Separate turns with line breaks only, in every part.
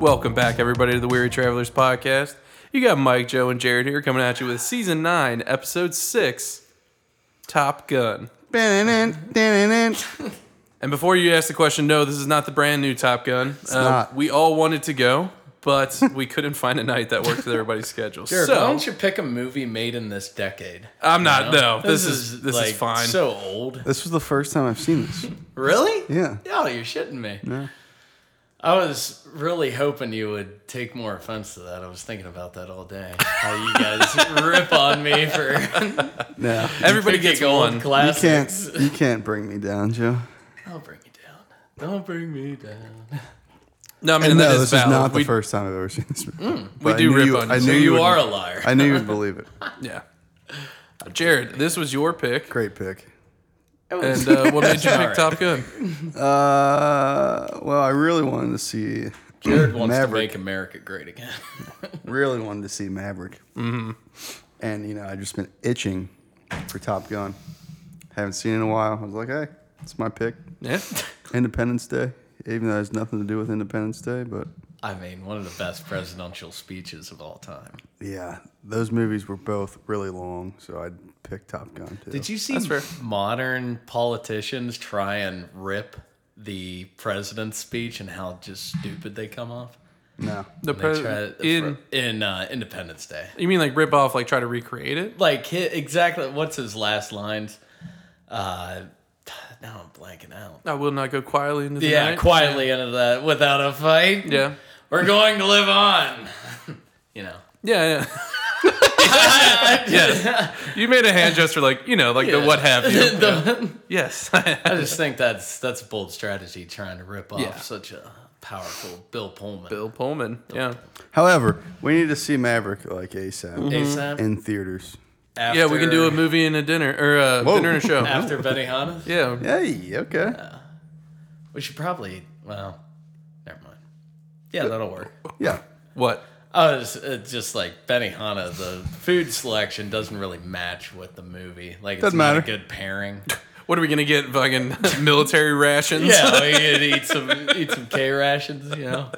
Welcome back, everybody, to the Weary Travelers podcast. You got Mike, Joe, and Jared here coming at you with season nine, episode six, Top Gun. And before you ask the question, no, this is not the brand new Top Gun. Um,
not.
We all wanted to go, but we couldn't find a night that worked with everybody's schedule.
Derek, why
so
don't you pick a movie made in this decade?
I'm
You
not.
know?
No, this, is this
like,
is fine.
So old.
This was the first time I've seen this.
Really?
Yeah.
No, you're shitting me.
Yeah.
I was really hoping you would take more offense to that. I was thinking about that all day. How you guys rip on me for
No.
everybody
picking
gets
old
one.
You can't
classics.
you can't bring me down, Joe.
I'll bring you down. Don't bring me down.
No, I mean
And
that
no,
is
this
valid.
is not the
we, Mm,
first time I've ever seen this movie.
We
But I
do
knew
rip
you-
on
I
you.
knew
You,
would-
are a liar.
I knew you'd believe it.
Yeah. Jared, this was your pick,
Great pick.
and uh, what made you pick
Alright.
Top Gun?
Uh, well, I really wanted to see.
Jared wants
Maverick.
to make America great again.
Really wanted to see Maverick. Mm-hmm. And you know, I just been itching for Top Gun. Haven't seen it in a while. I was like, hey, it's my pick.
Yeah.
Independence Day. Even though it has nothing to do with Independence Day, but
I mean, one of the best presidential speeches of all time.
yeah, those movies were both really long, so I'd pick Top Gun too.
Did you see
That's fair.
modern politicians try and rip the president's speech and how just stupid they come off?
No.
The
They
pres-
try it
in
for- in uh, Independence Day.
you mean like rip off, like try to recreate it?
Like hi exactly what's his last lines? Uh, now I'm blanking out.
I will not go quietly into the
Yeah,
night.
quietly into that without a fight.
Yeah.
We're going to live on. you know.
Yeah. Yeah. yes. You made a hand gesture, like you know, like the
Yeah.
what have you.
The-
yes.
I just think that's that's a bold strategy trying to rip off
Yeah.
such a powerful Bill Pullman.
Bill Pullman. Yeah.
However, we need to see Maverick like ASAP
ASAP.
in theaters.
After,
Mm-hmm. Yeah, we can do a movie and a dinner or a
Whoa.
dinner and a show.
after Benihana.
Yeah.
Hey, okay.
We should probably. Well, never mind. Yeah, that'll work.
Yeah.
What?
I was uh, just like Benihana. The food selection doesn't really match with the movie. Like, it's
Doesn't
not
matter.
a good pairing.
What are we gonna get? Fucking military rations.
yeah, we could eat some eat some K rations. You know,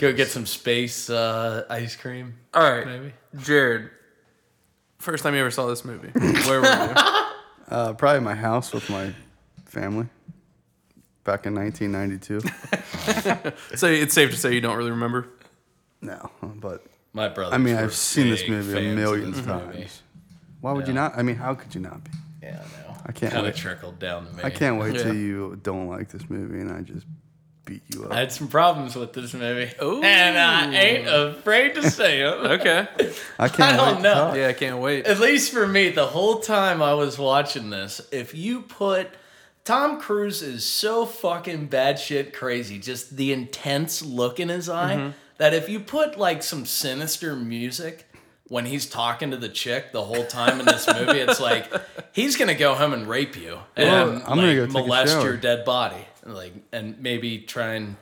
go get some space uh, ice cream.
All right.
Maybe.
Jared. First time you ever saw this movie. Where were you?
Uh, probably my house with my family back in 1992.
So it's safe to say you don't really remember.
no, but
My brother.
I mean, I've seen this movie a million times. Why would you
Yeah.
not? I mean, how could you not be?
Yeah, I know.
I can't
Kind
wait.
of trickled down to me.
I can't wait
Yeah.
till you don't like this movie and I just beat you up.
I had some problems with this movie,
Ooh.
and I ain't afraid to say it.
Okay.
I, can't
I don't
wait
know.
To talk.
Yeah, I can't wait.
At least for me, the whole time I was watching this, if you put Tom Cruise is so fucking bad shit crazy, just the intense look in his eye,
Mm-hmm.
that if you put like some sinister music when he's talking to the chick the whole time in this movie, it's like he's gonna go home and rape you
Well,
and
I'm gonna
like,
go take a
molest
shower.
your dead body, like and maybe try and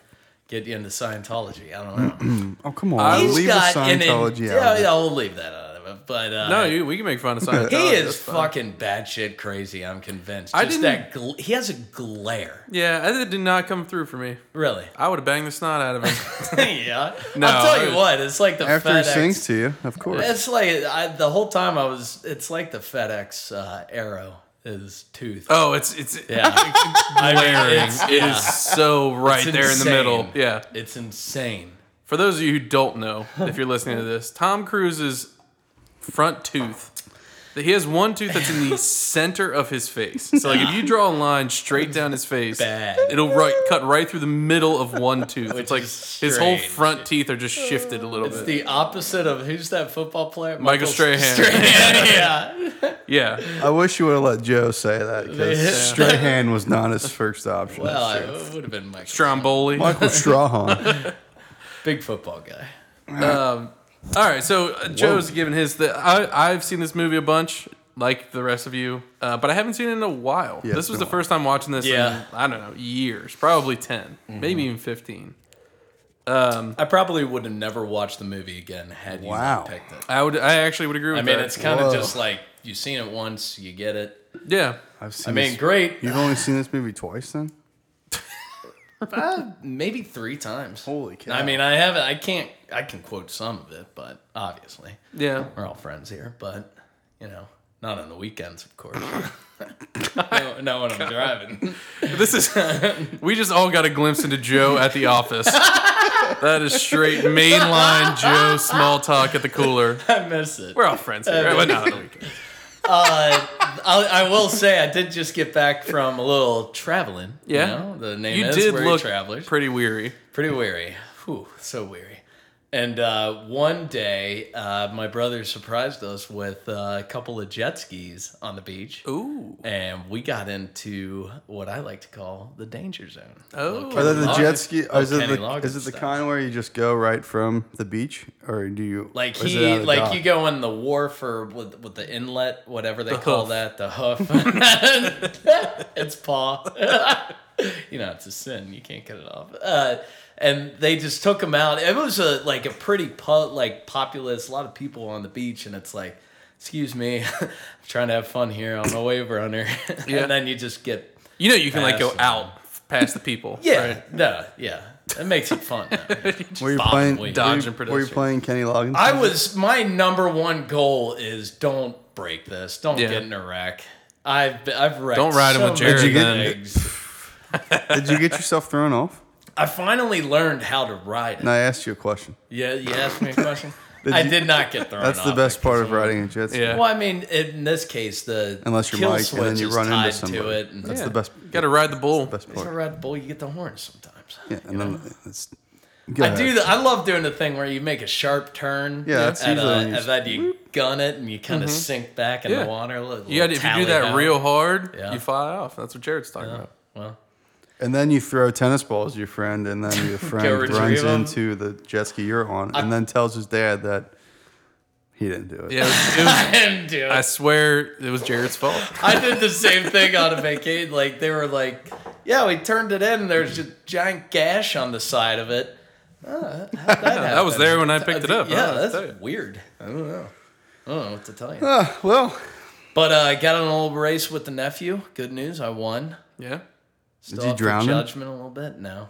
get you into Scientology. I don't know.
Oh, come on.
I'll
He's
Leave the
got an in-
Scientology out.
Yeah, yeah, I'll leave that out of it. But uh,
No, you, we can make fun of Scientology.
he
Oh, that's
is
fine.
fucking bad shit crazy. I'm convinced. Just
I
that gl- he has a glare.
Yeah, that did not come through for me.
Really?
I would have banged the snot out of him.
yeah.
No,
I'll tell
I-
you what. It's like the
After he
FedEx.
sings to you, of course.
it's like I, the whole time I was. It's like the FedEx uh, arrow is tooth.
oh, it's it's
Yeah. I mean,
glaring.
it's-
It is
yeah.
so right
It's
there in the middle.
insane.
Yeah.
It's insane.
For those of you who don't know, if you're listening to this, Tom Cruise's front tooth. that He has one tooth that's in the center of his face. So like if you draw a line straight down his face,
Bad.
it'll right cut right through the middle of one tooth. it's like
is
his whole
strange.
front teeth are just shifted a little
It's
bit.
the opposite of who's that football player?
Michael Strahan.
yeah.
yeah.
I wish you would have let Joe say that because
Yeah.
Strahan was not his first option.
Well, I, it would have been Michael.
Stromboli.
Michael Strahan.
Big football guy.
All right, so uh, Joe's giving his. The, I I've seen this movie a bunch, like the rest of you, uh, but I haven't seen it in a while.
Yeah,
this was
it's been
the
a while.
first time watching this.
Yeah.
in, I don't know, years, probably 10
Mm-hmm.
maybe even fifteen.
I probably would have never watched the movie again had you
Wow.
not picked it.
I would, I actually would agree with
I mean,
that.
it's kind of
Whoa.
just like you've seen it once, you get it.
yeah,
I've seen
I mean,
this-
great.
You've only seen this movie twice then?
Uh, maybe three times.
Holy cow.
I mean, I haven't. I can't. I can quote some of it, but obviously
Yeah.
we're all friends here. But you know, not on the weekends, of course. no, not when I'm driving.
This is. We just all got a glimpse into Joe at the office. that is straight mainline Joe small talk at the cooler.
I miss it.
We're all friends here, but not on the weekend.
Uh, I, I will say I did just get back from a little traveling.
Yeah.
you know? the name
You
is
did
Weary
look
Travelers.
pretty weary.
pretty weary. Whew, so weary. And uh, one day, uh, my brother surprised us with uh, a couple of jet skis on the beach.
Ooh.
And we got into what I like to call the danger zone.
Oh.
Are
Are
they the
Loggins-
jet ski?
oh,
Is it
Kenny
the, is
Loggins
it the
style.
kind where you just go right from the beach, or do you
Like
or is it
he,
out of the
like
dock?
you go in the wharf or with, with the inlet, whatever they call
hoof.
that, the hoof. it's paw. you know, it's a sin. You can't cut it off. Uh, and they just took him out. It was a like a pretty po- like populous, a lot of people on the beach, and it's like, excuse me, I'm trying to have fun here. I'm a waiver hunter.
Yeah.
and then you just get
You know you can like go
Pass.
out past the people.
yeah,
right?
no, yeah. It makes it fun. though.
were you
bopping
playing
weed.
were you-
Dodging
Were you
pedestrians.
playing Kenny Loggins?
I was my number one goal is don't break this. Don't
Yeah.
get in a wreck. I've been- I've wrecked.
Don't ride 'em
so
with
many
Jared, then.
things.
Did you get yourself thrown off?
I finally learned how to ride. It.
And I asked you a question.
Yeah, you asked me a question. I
you-
did not get thrown.
That's the
off
best
it.
part of riding a jet ski.
Yeah.
Well, I mean, in this case, the
Unless you're
kill
Mike and then
switch
you
is
run into
tied to
somebody.
it. And
That's
Yeah.
the best.
Got to ride the bull.
best
If you
part.
Red Bull, you get the horns sometimes.
Yeah, and then it's. Go
I
ahead.
do. The, I love doing the thing where you make a sharp turn.
Yeah, that's
and,
usually
uh,
when you
and then you gun it and you kind of sink back in
Mm-hmm. Yeah.
the water. a little-
You got if you do that
tally-ho.
real hard,
Yeah.
you fly off. That's what Jared's talking
Yeah,
about.
Well,
And then you throw tennis balls at your friend, and then your friend
retrieve
runs
'em.
into the jet ski you're on, and then tells his dad that he didn't do it.
Yeah, it was, it was-
I didn't do it.
I swear it was Jared's fault.
I did the same thing on a vacation. Like they were like, "Yeah, we turned it in. There's a giant gash on the side of it." Uh, how'd that,
That was
happen?
there when I picked it up. I don't know what
Yeah,
to tell you.
that's weird. I don't know. I don't know what to tell you.
Ah, well,
But uh, I got in a little race with the nephew. Good news, I won.
yeah.
Still
Did you
up for
drown him?
Judgment a little bit. No,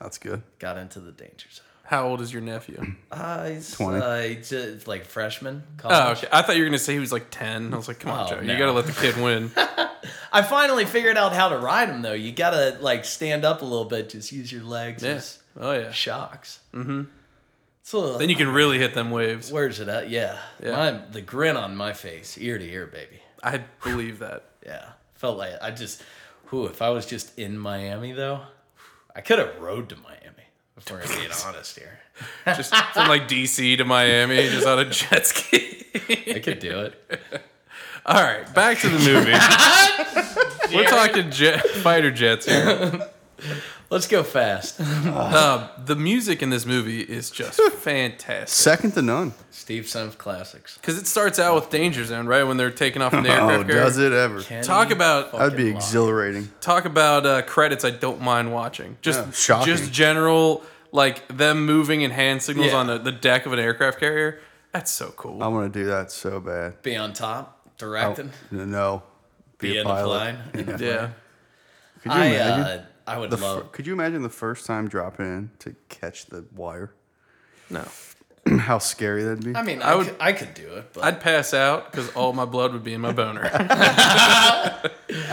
that's good.
got into the danger zone.
How old is your nephew?
Uh, he's,
20.
uh, he's, uh, like freshman.
Oh,
College.
okay. I thought you were gonna say he was like ten. I was like, come on,
Oh,
Joe, you
no.
gotta let the kid win.
I finally figured out how to ride him though. You gotta like stand up a little bit. Just use your legs.
yeah.
Just-
Oh yeah.
shocks. Mm-hmm. So
Then you can really hit them waves.
where's it at? Yeah,
Yeah.
My, the grin on my face, ear to ear, baby.
I believe that.
Yeah, felt like I just, who if I was just in Miami though, I could have rode to Miami. If we're being honest here,
Just from like DC to Miami, just on a jet ski.
I could do it.
All right, back to the movie. We're talking jet, fighter jets here.
Let's go fast.
Uh, the music in this movie is just fantastic.
Second to none.
Steve Sims classics.
Because it starts out with Danger Zone, right? When they're taking off from the aircraft
Oh,
carrier.
does it Uh, ever?
Kenny
Talk about
That'd be
fucking Loggins.
exhilarating.
talk about uh, credits. I don't mind watching. Just
Yeah, shocking.
Just general like them moving and hand signals
Yeah.
on the, the deck of an aircraft carrier. That's so cool.
I want to do that so bad.
Be on top,
I-
directing,
Oh.
no,
be, in the plane. In the plane.
yeah,
Could you
I
imagine?
uh, I would
the fir-
love.
could you imagine the first time dropping in to catch the wire?
no,
How scary that'd be.
I mean,
I
I,
would-
could, I could do it, but
I'd pass out because all my blood would be in my boner.
I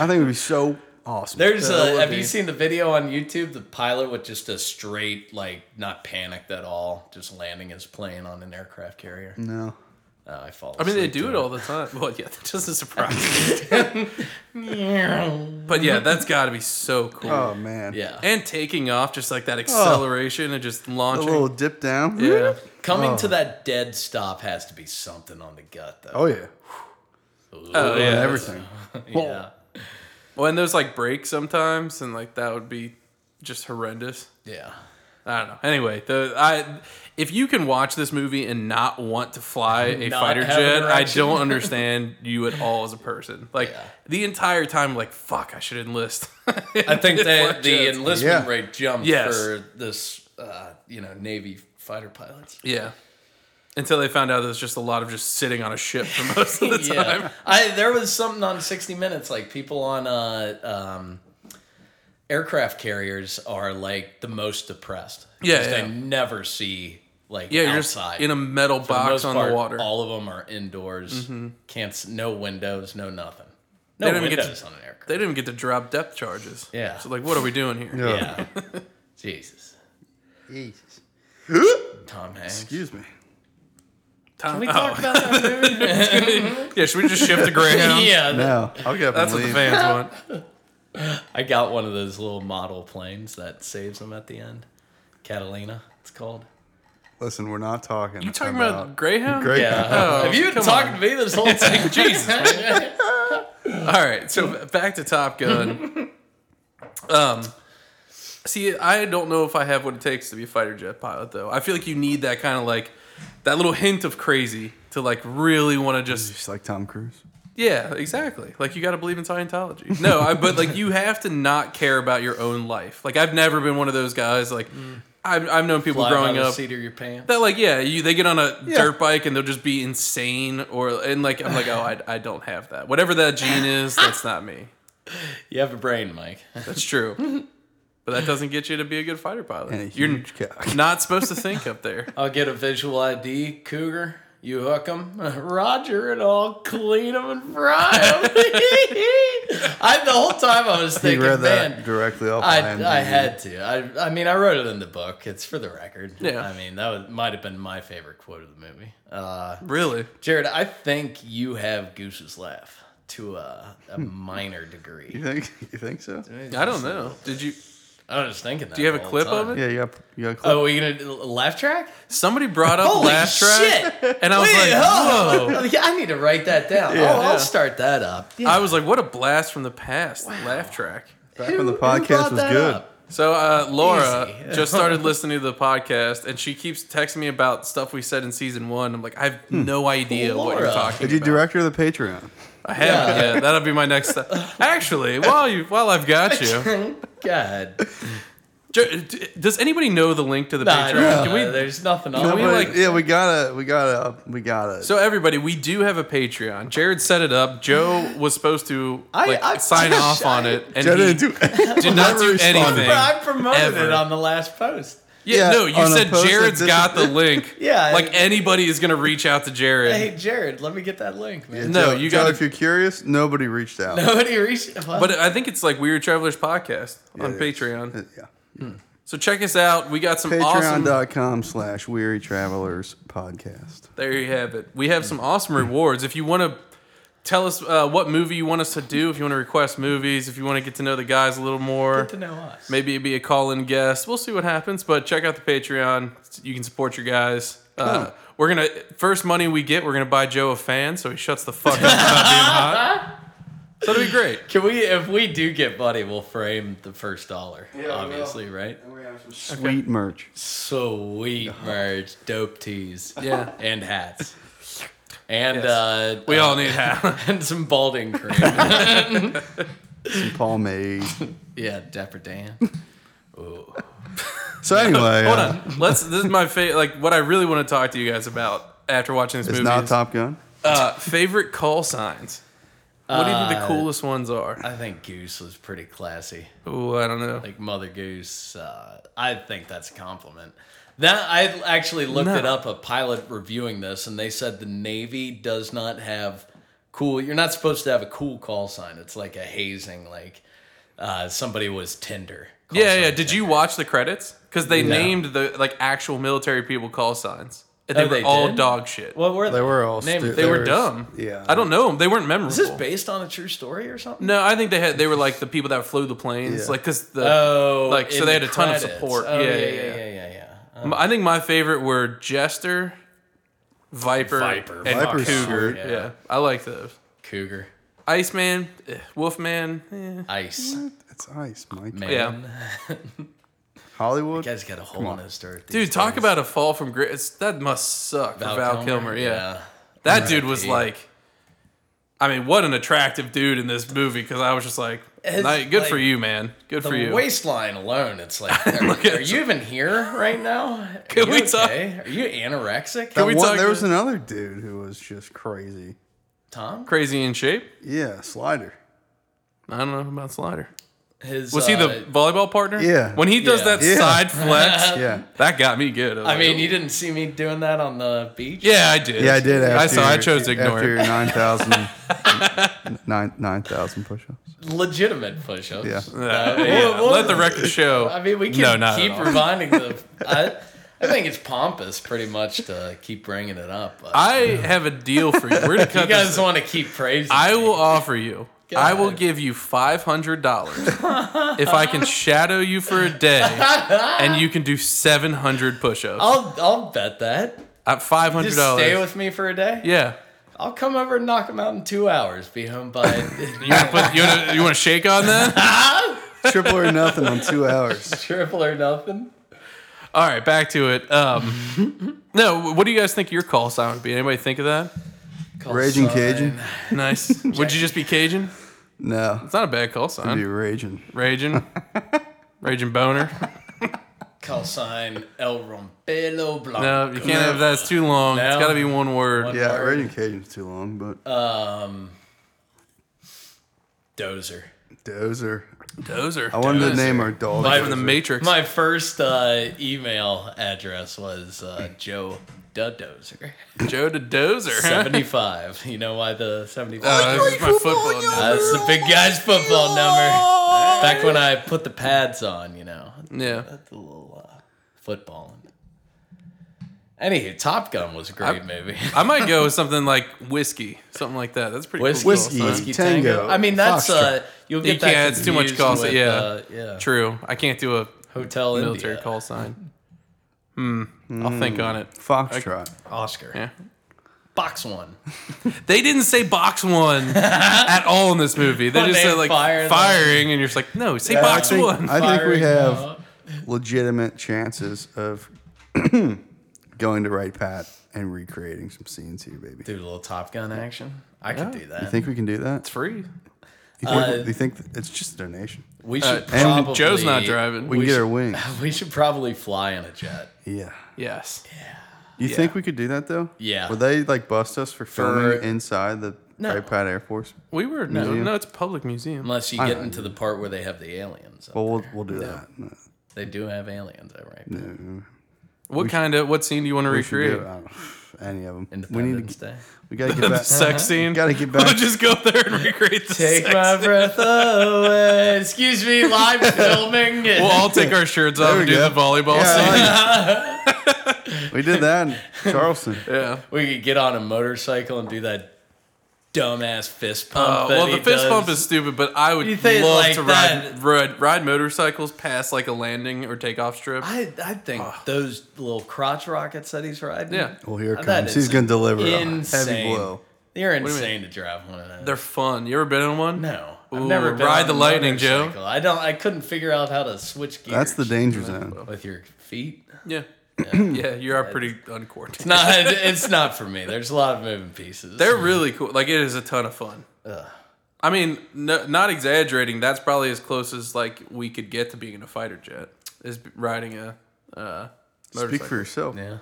think it'd be so awesome.
There's
That
a.
would
Have
be-
you seen the video on YouTube? The pilot with just a straight, like, not panicked at all, just landing his plane on an aircraft carrier.
no.
Uh, I fall.
I mean, they do it all the time. Well, yeah, that doesn't surprise me.
all.
But yeah, that's got to be so cool.
Oh man.
Yeah.
And taking off, just like
Oh.
that acceleration and just
A
launching.
little dip down.
yeah,
Coming
Oh.
to that dead stop has to be something on the gut, though.
Oh yeah.
oh yeah,
And
that's-
everything.
yeah.
Oh, Well, and there's like breaks sometimes, and like that would be just horrendous.
Yeah.
I don't know. Anyway, the I if you can watch this movie and not want to fly a
Not
fighter
have an
jet, I
erection.
don't understand you at all as a person. Like
Yeah.
the entire time, like fuck, I should enlist.
I think that the
Jets.
enlistment
Yeah.
rate jumped
Yes.
for this, uh, you know, Navy fighter pilots.
yeah. Until they found out there's just a lot of just sitting on a ship for most of the time.
I there was something on 60 Minutes, like people on uh um aircraft carriers are like the most depressed.
Yeah,
Because
yeah.
They never see like
Yeah, you're
outside.
just in a metal
For the
box
most
on
part,
the water. Mm-hmm.
All of them are indoors. Can't s- no windows, no nothing.
They
No
don't even get
windows
to-
on an aircraft.
they didn't even get to drop depth charges.
Yeah.
So like, what are we doing here?
yeah. Jesus.
Jesus.
Tom Hanks.
Excuse me.
Tom-
Can we
oh,
talk about that movie?
yeah. Should we just shift the Greyhound?
yeah.
No, I'll get up
That's
and
what the
leave.
fans want.
I got one of those little model planes that saves them at the end. Catalina, it's called.
Listen, we're not talking.
You talking about, Greyhound?
Great.
Oh,
Have you been
come
talking to me this whole time? Jesus, man.
All right, so back to Top Gun. um, see, I don't know if I have what it takes to be a fighter jet pilot, though. I feel like you need that kind of like that little hint of crazy to like really want to just
Just like Tom Cruise.
yeah, exactly. Like you got to believe in Scientology. No, I, but like you have to not care about your own life. Like I've never been one of those guys. Like I've, I've known people
Mm. Fly
growing
by the
up
seat of your pants.
that like yeah you they get on a dirt bike and they'll just be insane or and like i'm like oh I, I don't have that whatever that gene is that's not me
you have a brain, Mike.
that's true but that doesn't get you to be a good fighter pilot
And a
you're
huge cock.
not supposed to think up there
I'll get a visual ID, Cougar. You hook him, Roger, and I'll clean him and fry him. I, the whole time I was
He
thinking,
read that
man,
directly off.
I,
IMDb.
I had to. I, I mean, I wrote it in the book. It's for the record.
Yeah.
I mean, that was, might have been my favorite quote of the movie. Uh,
really
Jared, I think you have Goose's laugh to a, a
Hmm.
minor
You
degree.
think? You think so?
i don't know did you
I was just thinking that.
you have
the
a
whole
clip of
time.
it?
Yeah, you got. You got a clip.
Oh, are we gonna do a laugh track?
somebody brought up
Holy
laugh track
shit!
and i was
Wait,
like
oh.
whoa
Yeah, I need to write that down.
Yeah.
Oh,
Yeah.
I'll start that up. Yeah.
i was like what a blast from the past laugh track
Back when the podcast was good.
So uh, Laura
Easy.
just started listening to the podcast, and she keeps texting me about stuff we said in season one. I'm like, I have no idea what you're
Laura.
talking
Hmm. Did you
about.
direct her to the Patreon?
I haven't
Yeah.
yet. That'll be my next. step. Actually, while you while I've got you,
God,
Jer- d- does anybody know the link to the
nah,
Patreon?
nah,
Can we-
there's nothing
Can
on
Oh, we,
it.
like-
yeah, we gotta, we gotta, we gotta.
so everybody, we do have a Patreon. Jared set it up. Joe was supposed to
I-
like,
I-
sign
I-
off on it, and
Jenna
he
do-
did not do
responded.
anything.
I promoted
ever.
it on the last post.
Yeah,
Yeah,
no, you
on a
said
post that
Jared's
dis-
got the link.
Yeah,
like
and-
anybody is gonna reach out to Jared.
Hey, Jared, let me get that link, man.
No,
Joe-
you
Joe,
gotta-
If you're curious, nobody reached out.
Nobody reached. Well,
But I think it's like Weird Travelers Podcast on
Yeah, yeah.
Patreon.
Yeah.
So check us out. We got some awesome.
Patreon.com slash Weary Travelers Podcast.
There you have it. We have some awesome rewards. If you want to tell us uh, what movie you want us to do, if you want to request movies, if you want to get to know the guys a little more,
to know us.
maybe it'd be a call in guest. We'll see what happens. But check out the Patreon. You can support your guys. Uh, we're gonna first money we get, we're gonna buy Joe a fan so he shuts the fuck up about being hot. So it'll be great.
Can we, if we do get money, we'll frame the first dollar,
we
obviously, right?
And we have some sweet merch.
Sweet merge, dope tees,
Yeah.
and hats, and
Yes.
uh,
We
uh,
all need half.
and some balding cream.
Some pomade.
yeah, Dapper Dan. Ooh.
So anyway,
Hold
uh,
on. Let's. This is my favorite. Like what I really want to talk to you guys about after watching this
it's
movie.
not
is,
Top Gun.
uh, favorite call signs. What do you think the
Uh,
coolest ones are?
I think Goose was pretty classy,
Oh, I don't know.
like Mother Goose. Uh, I think that's a compliment. That I actually looked it
No.
up. A pilot reviewing this, and they said the Navy does not have cool. You're not supposed to have a cool call sign. It's like a hazing, like uh, somebody was Tinder. call
yeah,
sign
yeah. Did you watch the credits? Because they
No.
named the like actual military people call signs, and they
Oh,
were
they
all
did?
dog shit.
What were they?
They were all
Name-
stu-
they were
was-
dumb.
Yeah.
I don't know them. They weren't memorable.
Is this based on a true story or something?
no, I think they had. They were like the people that flew the planes,
Yeah.
like because the.
Oh,
Like, so
in
they
the
had a ton of
credits.
support.
Oh,
Yeah,
yeah,
yeah,
yeah,
yeah.
yeah, yeah, yeah. Uh,
I think my favorite were Jester, Viper,
Viper.
and
Viper's
Cougar.
sweet.
Yeah. I like those.
Cougar,
Iceman, eh, Wolfman. eh.
Ice,
It's ice, Mike.
man.
Hollywood.
You guys got a hole in his dirt. these
Dude, talk
days.
about a fall from grace. That must suck for Val Kilmer. Yeah. That dude was
R.I.P..
like, I mean, what an attractive dude in this movie because I was just like,
It's
ni- good for
like
you, man. Good for
The
you.
waistline alone, it's like, are,
at
are you even here right now? Are
Can
you
we talk-
okay? Are you anorexic?
That
we
one-
talk
there
to-
was another dude who was just crazy.
Tom?
Crazy in shape?
Yeah, Slider.
I don't know about Slider.
His
Was he
uh,
the volleyball partner?
Yeah.
When he does
Yeah.
that
Yeah.
side flex,
Yeah.
that got me good. was
I
like,
mean, you didn't see me doing that on the beach.
yeah, I did.
Yeah, I did. After
I saw. I
your-
chose to ignore
after
it.
your 9,000 nine, 9,000 push-ups.
legitimate push-ups.
Yeah.
Yeah,
Uh,
yeah,
what- what-
Let the record show.
I mean, we
No,
can
not at
keep
all.
reminding the. I, I think it's pompous, pretty much, to keep bringing it up. But
I have a deal for you. We're gonna
you
cut
guys
this.
want to keep praising.
I
me.
will offer you.
God.
I will give you five hundred dollars if I can shadow you for a day, and you can do seven hundred push-ups
I'll I'll bet that.
at five hundred
Just stay
dollars.
with me for a day.
Yeah,
I'll come over and knock them out in two hours. Be home by.
you want to put you want to you want to shake on that?
Triple or nothing on two hours.
Triple or nothing.
All right, back to it. Um, no, what do you guys think your call sign would be? Anybody think of that?
Call
Raging
sign.
Cajun?
Nice. Would you just be Cajun?
No.
It's not a bad call
Be
sign.
raging.
Raging, raging boner.
Call sign El Rompelo Blanco.
No, you can't have that. It's too long. It's
No.
got to be one word.
One-
Yeah,
Word.
raging Cajun's too long, but
Uh,
Dozer.
dozer.
Dozer.
I wanted
Dozer.
to name our dog.
My-
from
Dozer.
the Matrix.
My first uh, email address was uh, Joe Da Dozer.
Joe to Dozer. huh?
75. You know why the 75?
Uh, this is my football. number.
That's the big guy's football number. Back when I put the pads on, you know.
Yeah.
That's a little uh, footballing. Anywho, Top Gun was a great movie.
I might go with something like whiskey, something like that. That's pretty
Whiskey,
cool.
Whiskey.
son.
Whiskey Tango.
Tango,
I mean, that's uh,
Foxtrot.
you'll get
You
that.
can't, it's too much
confused
cost,
With,
yeah.
uh, yeah.
True. I can't do a
Hotel
military
India.
call sign. Hmm. I'll think on it.
Foxtrot.
Oscar.
Yeah.
Box one.
They didn't say box one at all in this movie. They
When
just
they
said like
fire them.
firing, and you're just like, no, say
I
box
think,
one.
I think we
Firing
have
out.
legitimate chances of going to right pat and recreating some scenes here, baby.
do a little Top Gun action. I could do that.
You think we can do that?
it's free.
You think,
Uh,
you think th- it's just a donation?
we should
Uh, and
probably.
Joe's not driving.
We can
We
get
should-
our wings.
We should probably fly in a jet.
Yeah.
Yes.
You think we could do that though?
Yeah.
Would they like bust us for filming
For-
inside the
No.
right pat Air Force?
We were no, no. It's a public museum.
Unless you get into the part where they have the aliens.
Well, we'll we'll do that. No,
They do have aliens, all right.
no, no.
What kind of what scene do you want to
We should
recreate?
do it. I don't know. any of them. We need to.
Independence
g-
Day.
We gotta get
The
back.
sex scene.
Gotta get back.
We'll just go there and recreate the
Take
sex
my
scene.
breath away. Excuse me, live filming.
We'll all take our shirts off
we
and do
go.
the volleyball
Yeah,
scene.
I like it. we did that in Charleston.
Yeah.
we could get on a motorcycle and do that dumbass fist pump.
Uh,
that
well,
he
the fist
does.
pump is stupid, but I would
You think
love
like
to
that-
ride, ride ride motorcycles past like a landing or takeoff strip.
I, I think those little crotch rockets that he's riding.
Ah. yeah,
Well, here it
I bet
comes.
it's
He's gonna deliver a
insane.
heavy blow.
You're
do you
insane to drive one of those.
they're fun. You ever been on one?
no, I've
Ooh,
never been
ride
on
the
a
lightning, Joe.
motorcycle. I don't. I couldn't figure out how to switch gears.
That's the danger zone.
with your feet.
Yeah, yeah, you are pretty
It's
uncoordinated.
not. it's not for me. There's a lot of moving pieces.
They're really cool. Like it is a ton of fun. I mean, no, not exaggerating. That's probably as close as like we could get to being in a fighter jet is riding a uh, motorcycle.
Speak for yourself.
yeah.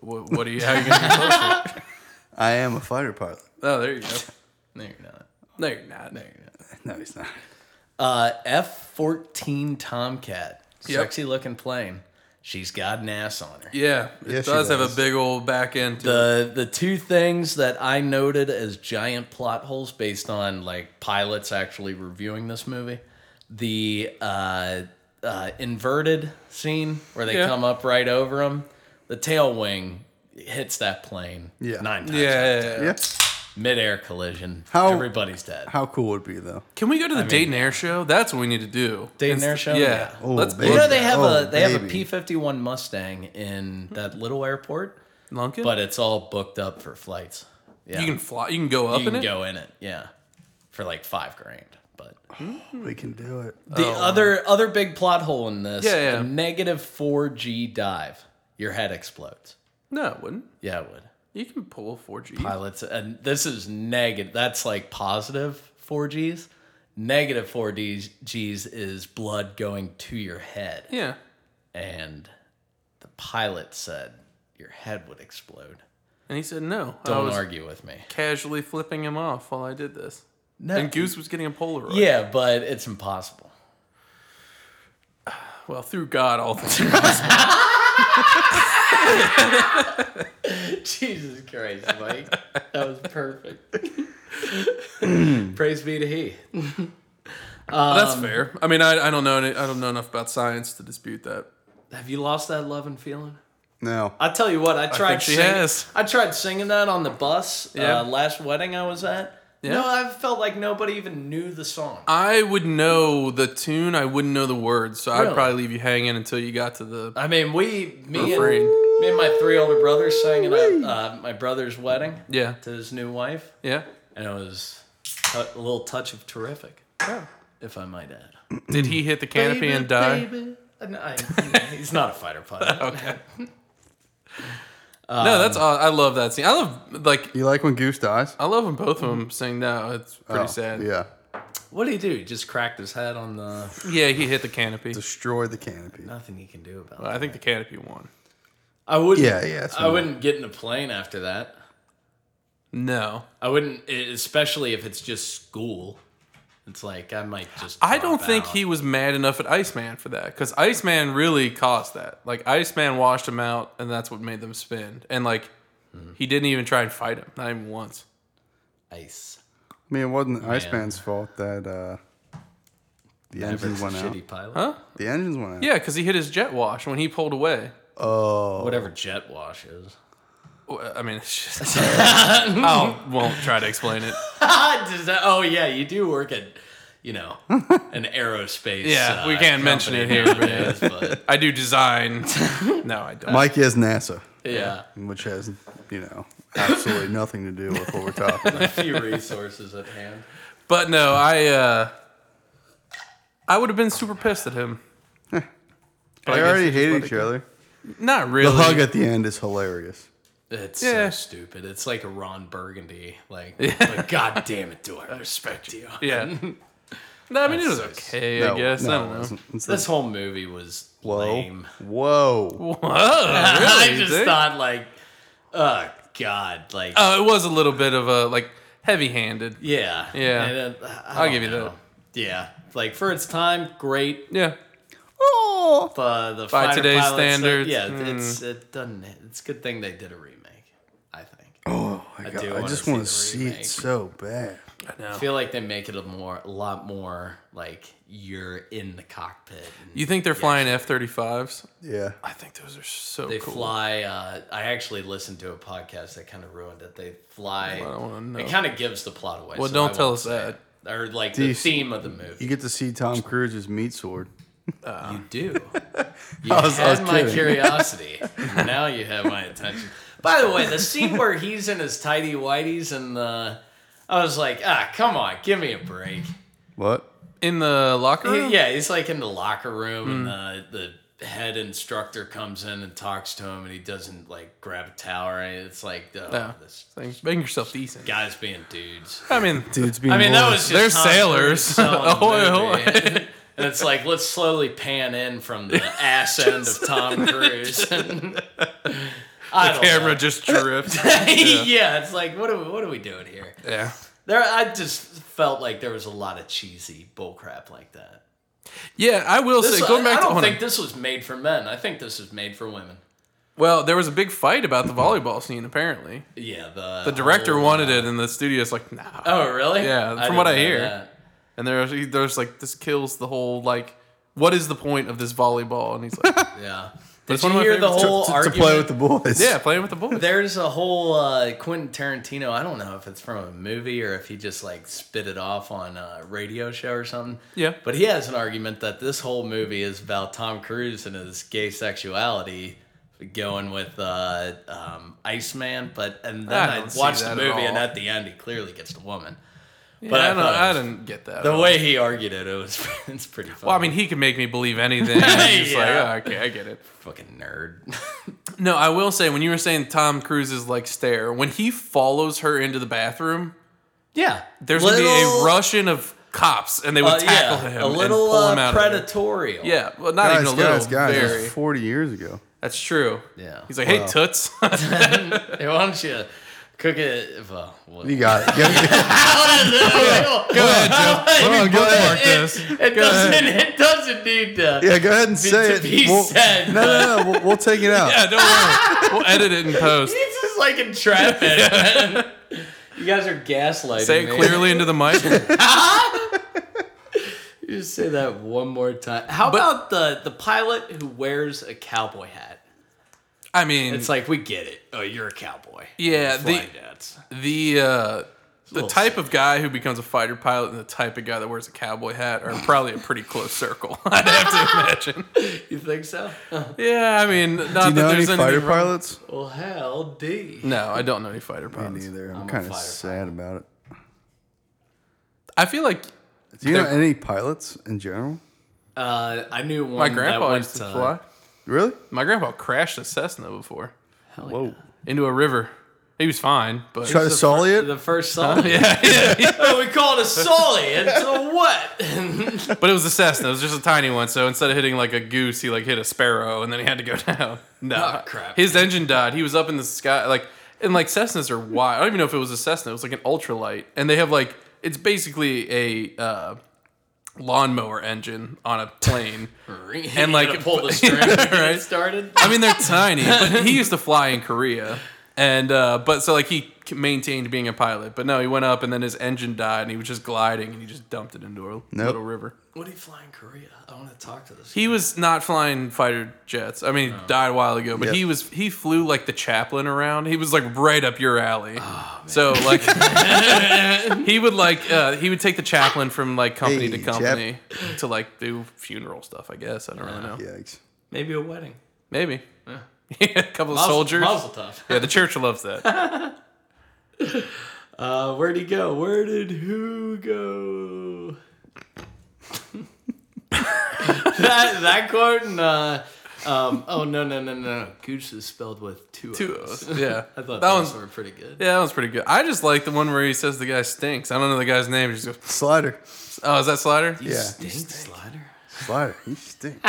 What, what are you? How you gonna get closer?
I am a fighter pilot.
Oh, there you go.
No, you're not.
No, you're not.
No, you're not.
No, he's not.
Uh, F fourteen Tomcat,
Yep.
sexy looking plane. She's got an ass on her.
Yeah, it
Yes, she
does have a
does.
big old back end. To it.
The the two things that I noted as giant plot holes based on like pilots actually reviewing this movie, the uh, uh, inverted scene where they
Yeah.
come up right over them, the tail wing hits that plane
Yeah.
nine times. out of
Yeah,
ten.
yeah, yeah.
Yeah.
Midair collision.
How-
everybody's dead.
How cool would it be though?
Can we go to the Dayton Air Show? That's what we need to do.
Dayton Air
It's-
Show?
Yeah.
Yeah.
Let's
Oh,
book
you know they have
Oh,
a they have a P
baby.
fifty one Mustang in that little airport,
Lunkin.
but it's all booked up for flights. Yeah,
you can fly. You can go up
you
in it.
can go in it. Yeah, for like five grand. But
We can do it.
the other other big plot hole in this,
Oh. Yeah, yeah.
a negative four G dive, your head explodes.
No, it wouldn't.
Yeah, it would.
You can pull 4G.
Pilots, and this is negative. That's like positive four Gs. Negative four Ds Gs is blood going to your head.
Yeah.
and the pilot said your head would explode.
And he said no. I
Don't
was
argue with me.
casually flipping him off while I did this.
No.
And Goose was getting a Polaroid.
Yeah, but it's impossible.
Well, through God, all things.
Jesus Christ, Mike. that was perfect. Praise be to He.
That's fair. I mean, I, I don't know. any- I don't know enough about science to dispute that.
Have you lost that love and feeling?
No.
I tell you what, I tried.
she
sing-
has.
I tried singing that on the bus.
Yeah.
Uh, last wedding I was at.
Yeah.
No, I felt like nobody even knew the song.
I would know the tune. I wouldn't know the words, so I'd
Really?
probably leave you hanging until you got to the.
I mean, we, me and,
Refrain.
me and my three older brothers sang at uh, my brother's wedding
Yeah.
to his new wife,
Yeah.
and it was a a little touch of terrific, if I might add.
Did he hit the canopy and die?
Baby. Uh, no, I- he's not a fighter pilot.
Okay.
Um,
no, that's aw- I love that scene. I love like
You like when Goose dies?
I love when both of them sing now. It's pretty
Oh,
sad.
Yeah.
What did he do? He just cracked his head on the.
Yeah, he hit the canopy.
Destroy the canopy.
Nothing he can do about. it.
I think the canopy won.
I wouldn't.
Yeah, yeah, it's
I wouldn't get in a plane after that.
No,
I wouldn't, e, especially if it's just school. It's like I might just.
I
drop
don't think
out.
he was mad enough at Iceman for that because Iceman really caused that. Like Iceman washed him out, and that's what made them spin. And like
Mm-hmm.
he didn't even try and fight him, not even once.
ice.
I mean, it wasn't Iceman's fault that uh, the engines
Maverick's a
went out.
shitty pilot.
The engines went out.
Yeah, because he hit his jet wash when he pulled away.
Oh,
Whatever jet wash is.
Well, I mean, it's just, I won't try to explain it.
Does that- oh yeah, you do work at, you know, an aerospace.
Yeah,
uh,
we can't mention it
company
here, but yeah.
nowadays, but
I do design. No, I don't.
Mike is NASA,
yeah,
which has you know absolutely nothing to do with what we're talking. about.
a few resources at hand.
But no, I uh, I would have been super pissed at him. But
They
I guess
already
it's just
hate
what
each
it-
other.
Not
The
really.
hug at the end is hilarious.
It's
Yeah.
so stupid. It's like a Ron Burgundy. Like, like God damn it, do I respect you?
Yeah. No, I mean it was okay. I guess. I don't
it
know.
wasn't. It's
This whole movie was lame.
Whoa. Whoa.
Whoa, Oh, really?
I
You
just
think?
thought like, oh god, like
Oh, it was a little bit of a like heavy-handed.
yeah,
Yeah.
And, uh, I
I'll
don't
give you
know. Yeah, like for its time, great.
Yeah.
The the
By
fighter
today's
pilot stuff,
standards, Hmm.
yeah, it's it doesn't. It's a good thing they did a remake. I think.
Oh my
I
god!
do
I
wanna
just
see
want
the
to see
remake.
it so bad.
I know.
I feel like they make it a more, a lot more like you're in the cockpit. and
You think they're flying F-35s?
Yeah.
I think those are so
They
cool.
fly. Uh, I actually listened to a podcast that kind of ruined it. They fly.
I wanna know.
It kind of gives the plot away.
Well,
so
don't
I
tell
won't
us
say
that.
it. Or like
you
the
see-
theme of the movie.
You get to see Tom Cruise's meat sword.
You do. You
I was- I was
had my
kidding.
curiosity. now you have my attention. By the way, the scene where he's in his tidy whities and the, I was like, ah, come on, give me a break.
What?
In the locker room?
He- yeah, he's like in the locker room, and the the head instructor comes in and talks to him, and he doesn't like grab a towel. Or anything. It's like, oh,
No.
this
Things- Making yourself decent.
guy's being dudes.
I mean,
Dude's being.
I mean, that
loyal.
was just
They're
Tom Cruise
sailors. Oh,
selling the
Ahoy,
movie. and it's like let's slowly pan in from the ass end of Tom Cruise. I don't
camera
know.
just dripped.
yeah. it's like what are we, what are we doing here?
yeah.
There, I just felt like there was a lot of cheesy bullcrap like that.
Yeah, I will
This,
say, going back
I, I
to
don't
hold on.
think this was made for men. I think this is made for women.
Well, there was a big fight about the volleyball scene, apparently.
Yeah, the
The director
whole-
wanted it, and the studio's like, nah.
Oh, really?
Yeah, from what
didn't
I
know
hear.
that.
And there's, there's like, this kills the whole, like, what is the point of this volleyball? And he's like,
Yeah.
it's
Did
one of
you
my
hear the
favorites.
whole
to, to
argument?
play with the boys.
yeah, playing with the boys.
There's a whole uh, Quentin Tarantino. I don't know if it's from a movie or if he just like spit it off on a radio show or something.
Yeah.
But he has an argument that this whole movie is about Tom Cruise and his gay sexuality, going with uh, um, Iceman. But and then
I
I,
don't see
watched the
that at
movie, and
all.
at the end, he clearly gets the woman.
Yeah,
but I
I, don't,
thought it
I
was-
didn't get that. at
The
all.
way he argued it, it was it's pretty funny.
Well, I mean, he can make me believe anything. I'm just
Yeah.
like, oh, okay, I get it.
fucking nerd.
No, I will say, when you were saying Tom Cruise's, like, stare, when he follows her into the bathroom,
yeah.
there's going to be a rushing of cops, and they would
Uh,
tackle
yeah,
him.
a little
and pull him
uh,
out of there.
predatorial.
Yeah, well, not
Guys,
even a little.
guys, guys. that was
very.
Forty years ago.
That's true.
Yeah.
He's like, hey,
Wow.
toots.
Hey, why don't you Cook it. Well, what-
You got it. Give it-
Go ahead, Joe. Hold on, go ahead. this.
It, it doesn't. It doesn't need to.
yeah, go ahead and say
to
it.
be
We'll-
said,
No, no, no. We'll, we'll take it out.
Yeah, don't worry. We'll edit it in post.
He's just like in traffic. you guys are gaslighting
Say it
me.
clearly into the mic.
You just say that one more time. How about the the pilot who wears a cowboy hat?
I mean,
It's like we get it. Oh, you're a cowboy.
Yeah,
You're
the-
flying jets.
the uh, the
little
type of guy who becomes a fighter pilot and the type of guy that wears a cowboy hat are probably a pretty close circle. I'd have to imagine.
You think so?
Yeah, I mean, not
Do you know
that
any
there's
fighter
wrong-
pilots?
well, hell, D.
No, I don't know any fighter
Me
pilots.
neither. I'm,
a
kind of
fighter
sad about it.
I feel like
Do you know
They're-
any pilots in general?
Uh, I knew one.
my grandpa
that went
used to
to-
fly.
Really?
My grandpa crashed a Cessna before
Hell yeah.
Whoa.
into a river. He was fine, but
Try to solly it?
The first song. yeah, we call it a solly. It's a what?
but it was a Cessna. It was just a tiny one. So instead of hitting like a goose, he like hit a sparrow, and then he had to go down. No,
Oh, crap.
His engine died. He was up in the sky, like and like Cessnas are wild. I don't even know if it was a Cessna. It was like an ultralight, and they have like it's basically a uh, lawnmower engine on a plane.
You
like-
gotta pull the string to get
Right.
it started.
I mean, they're tiny, but he used to fly in Korea. And, uh, but so like he c- maintained being a pilot, but no, he went up and then his engine died and he was just gliding and he just dumped it into a little river.
What do you fly in Korea? I want to talk to this.
He was not flying fighter jets. I mean, died a while ago, but
Yep.
he was, he flew like the chaplain around. He was like right up your alley.
Oh,
so like he would like, uh, he would take the chaplain from like company
Hey,
to company to like do funeral stuff, I guess. I don't really know.
Yikes.
Maybe a wedding.
Maybe. a couple of
Mazel-
soldiers.
Mazel tov.
Yeah, the church loves that.
Uh, where'd he go? Where did who go? that that quote and uh, um, oh no no no no Goose is spelled with two
Two
O's.
O's. Yeah.
I thought
that
that
one's
those were pretty good.
yeah, that one's pretty good. I just like the one where he says the guy stinks. I don't know the guy's name. He just goes,
Slider.
"Oh, is that Slider?"
Yeah.
Stink slider.
Slider. You stink.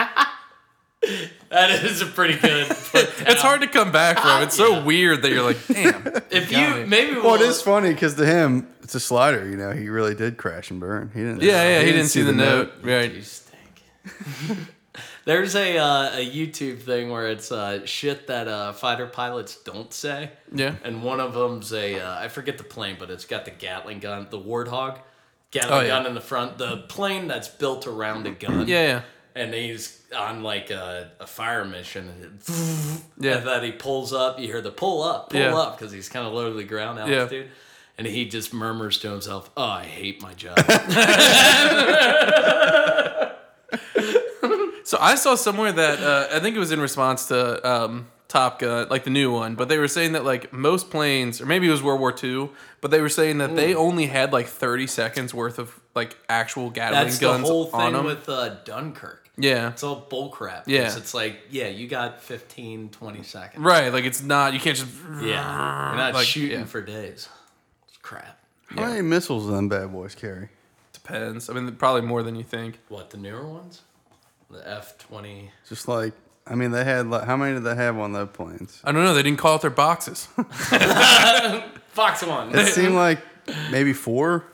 That is a pretty good. put
It's
down.
hard to come back from. It's so weird that you're like, "Damn." got
if you
it.
maybe we'll,
Well, it is funny because to him, it's a slider. You know, he really did crash and burn. He didn't.
Yeah, yeah. He, didn't see the, note.
You
Right.
stink. There's a uh, a YouTube thing where it's uh, shit that uh, fighter pilots don't say.
Yeah.
And one of them's a uh, I forget the plane, but it's got the Gatling gun, the Warthog, Gatling
Oh, yeah.
gun in the front, the plane that's built around a gun.
Yeah, yeah.
And he's on like a, a fire mission, and it-
Yeah.
and then he pulls up. You hear the pull up, pull
Yeah.
up, because he's kind of low to the ground
Yeah.
altitude. And he just murmurs to himself, "Oh, I hate my job."
So I saw somewhere that uh, I think it was in response to um, Top Gun, like the new one, but they were saying that like most planes, or maybe it was World War II, but they were saying that they only had like 30 seconds worth of like actual Gatling
That's the
guns
whole
on
thing
them.
with uh, Dunkirk.
yeah.
It's all bullcrap.
Yeah.
It's like, yeah, you got 15, 20 seconds.
Right, like it's not you can't just
Yeah. You're not
Like,
shooting
yeah.
for days. It's crap.
How many missiles do them bad boys carry?
depends. I mean probably more than you think.
What, the newer ones? The F 20.
Just like, I mean, they had like, how many did they have on those planes?
I don't know, they didn't call it their boxes.
Fox 1.
It seemed like maybe four,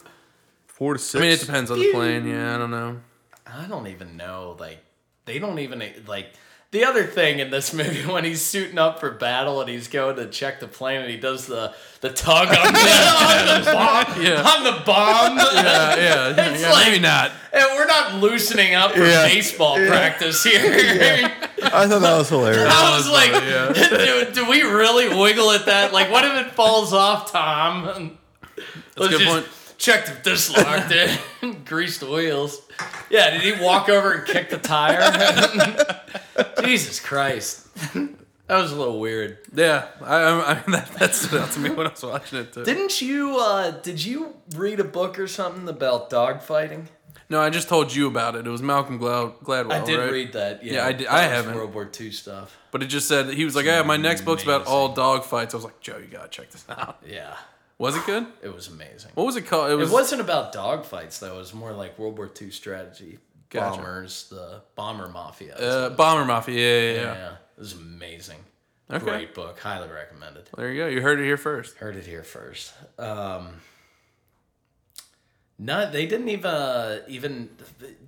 four to six.
I mean it depends on the plane, yeah, I don't know.
I don't even know. Like, they don't even, like, the other thing in this movie when he's suiting up for battle and he's going to check the plane and he does the, the tongue on the, on the bomb.
Yeah.
On the bomb.
Yeah, Uh, yeah,
It's
yeah,
like-
maybe not.
And we're not loosening up for
Yeah.
baseball practice here.
I thought that was hilarious.
That
I was
was
like,
funny,
do, do we really wiggle at that? Like, what if it falls off, Tom? Let's
good
just
point.
check the dislocked it. Greased wheels. Yeah, did he walk over and kick the tire? Jesus Christ. That was a little weird.
Yeah, I, I, I mean that, that stood out to me when I was watching it too.
Didn't you, uh, did you read a book or something about dogfighting?
No, I just told you about it. It was Malcolm Glad- Gladwell.
I did
right?
read that. Yeah,
I did-
that
I
was
haven't.
World War II stuff.
but it just said that he was like, "Yeah, my next book's about
Amazing.
all dog fights." I was like, "Joe, you gotta check this out."
Yeah,
Was it good?
it was amazing.
What was it called? It was.
It wasn't about dogfights though. It was more like World War II strategy.
Gotcha.
Bombers, the bomber mafia.
uh, Bomber Mafia. Yeah, yeah, yeah.
yeah, it was amazing.
Okay.
Great book. Highly recommended.
There you go. You heard it here first.
Heard it here first. Um, no, they didn't even uh, even.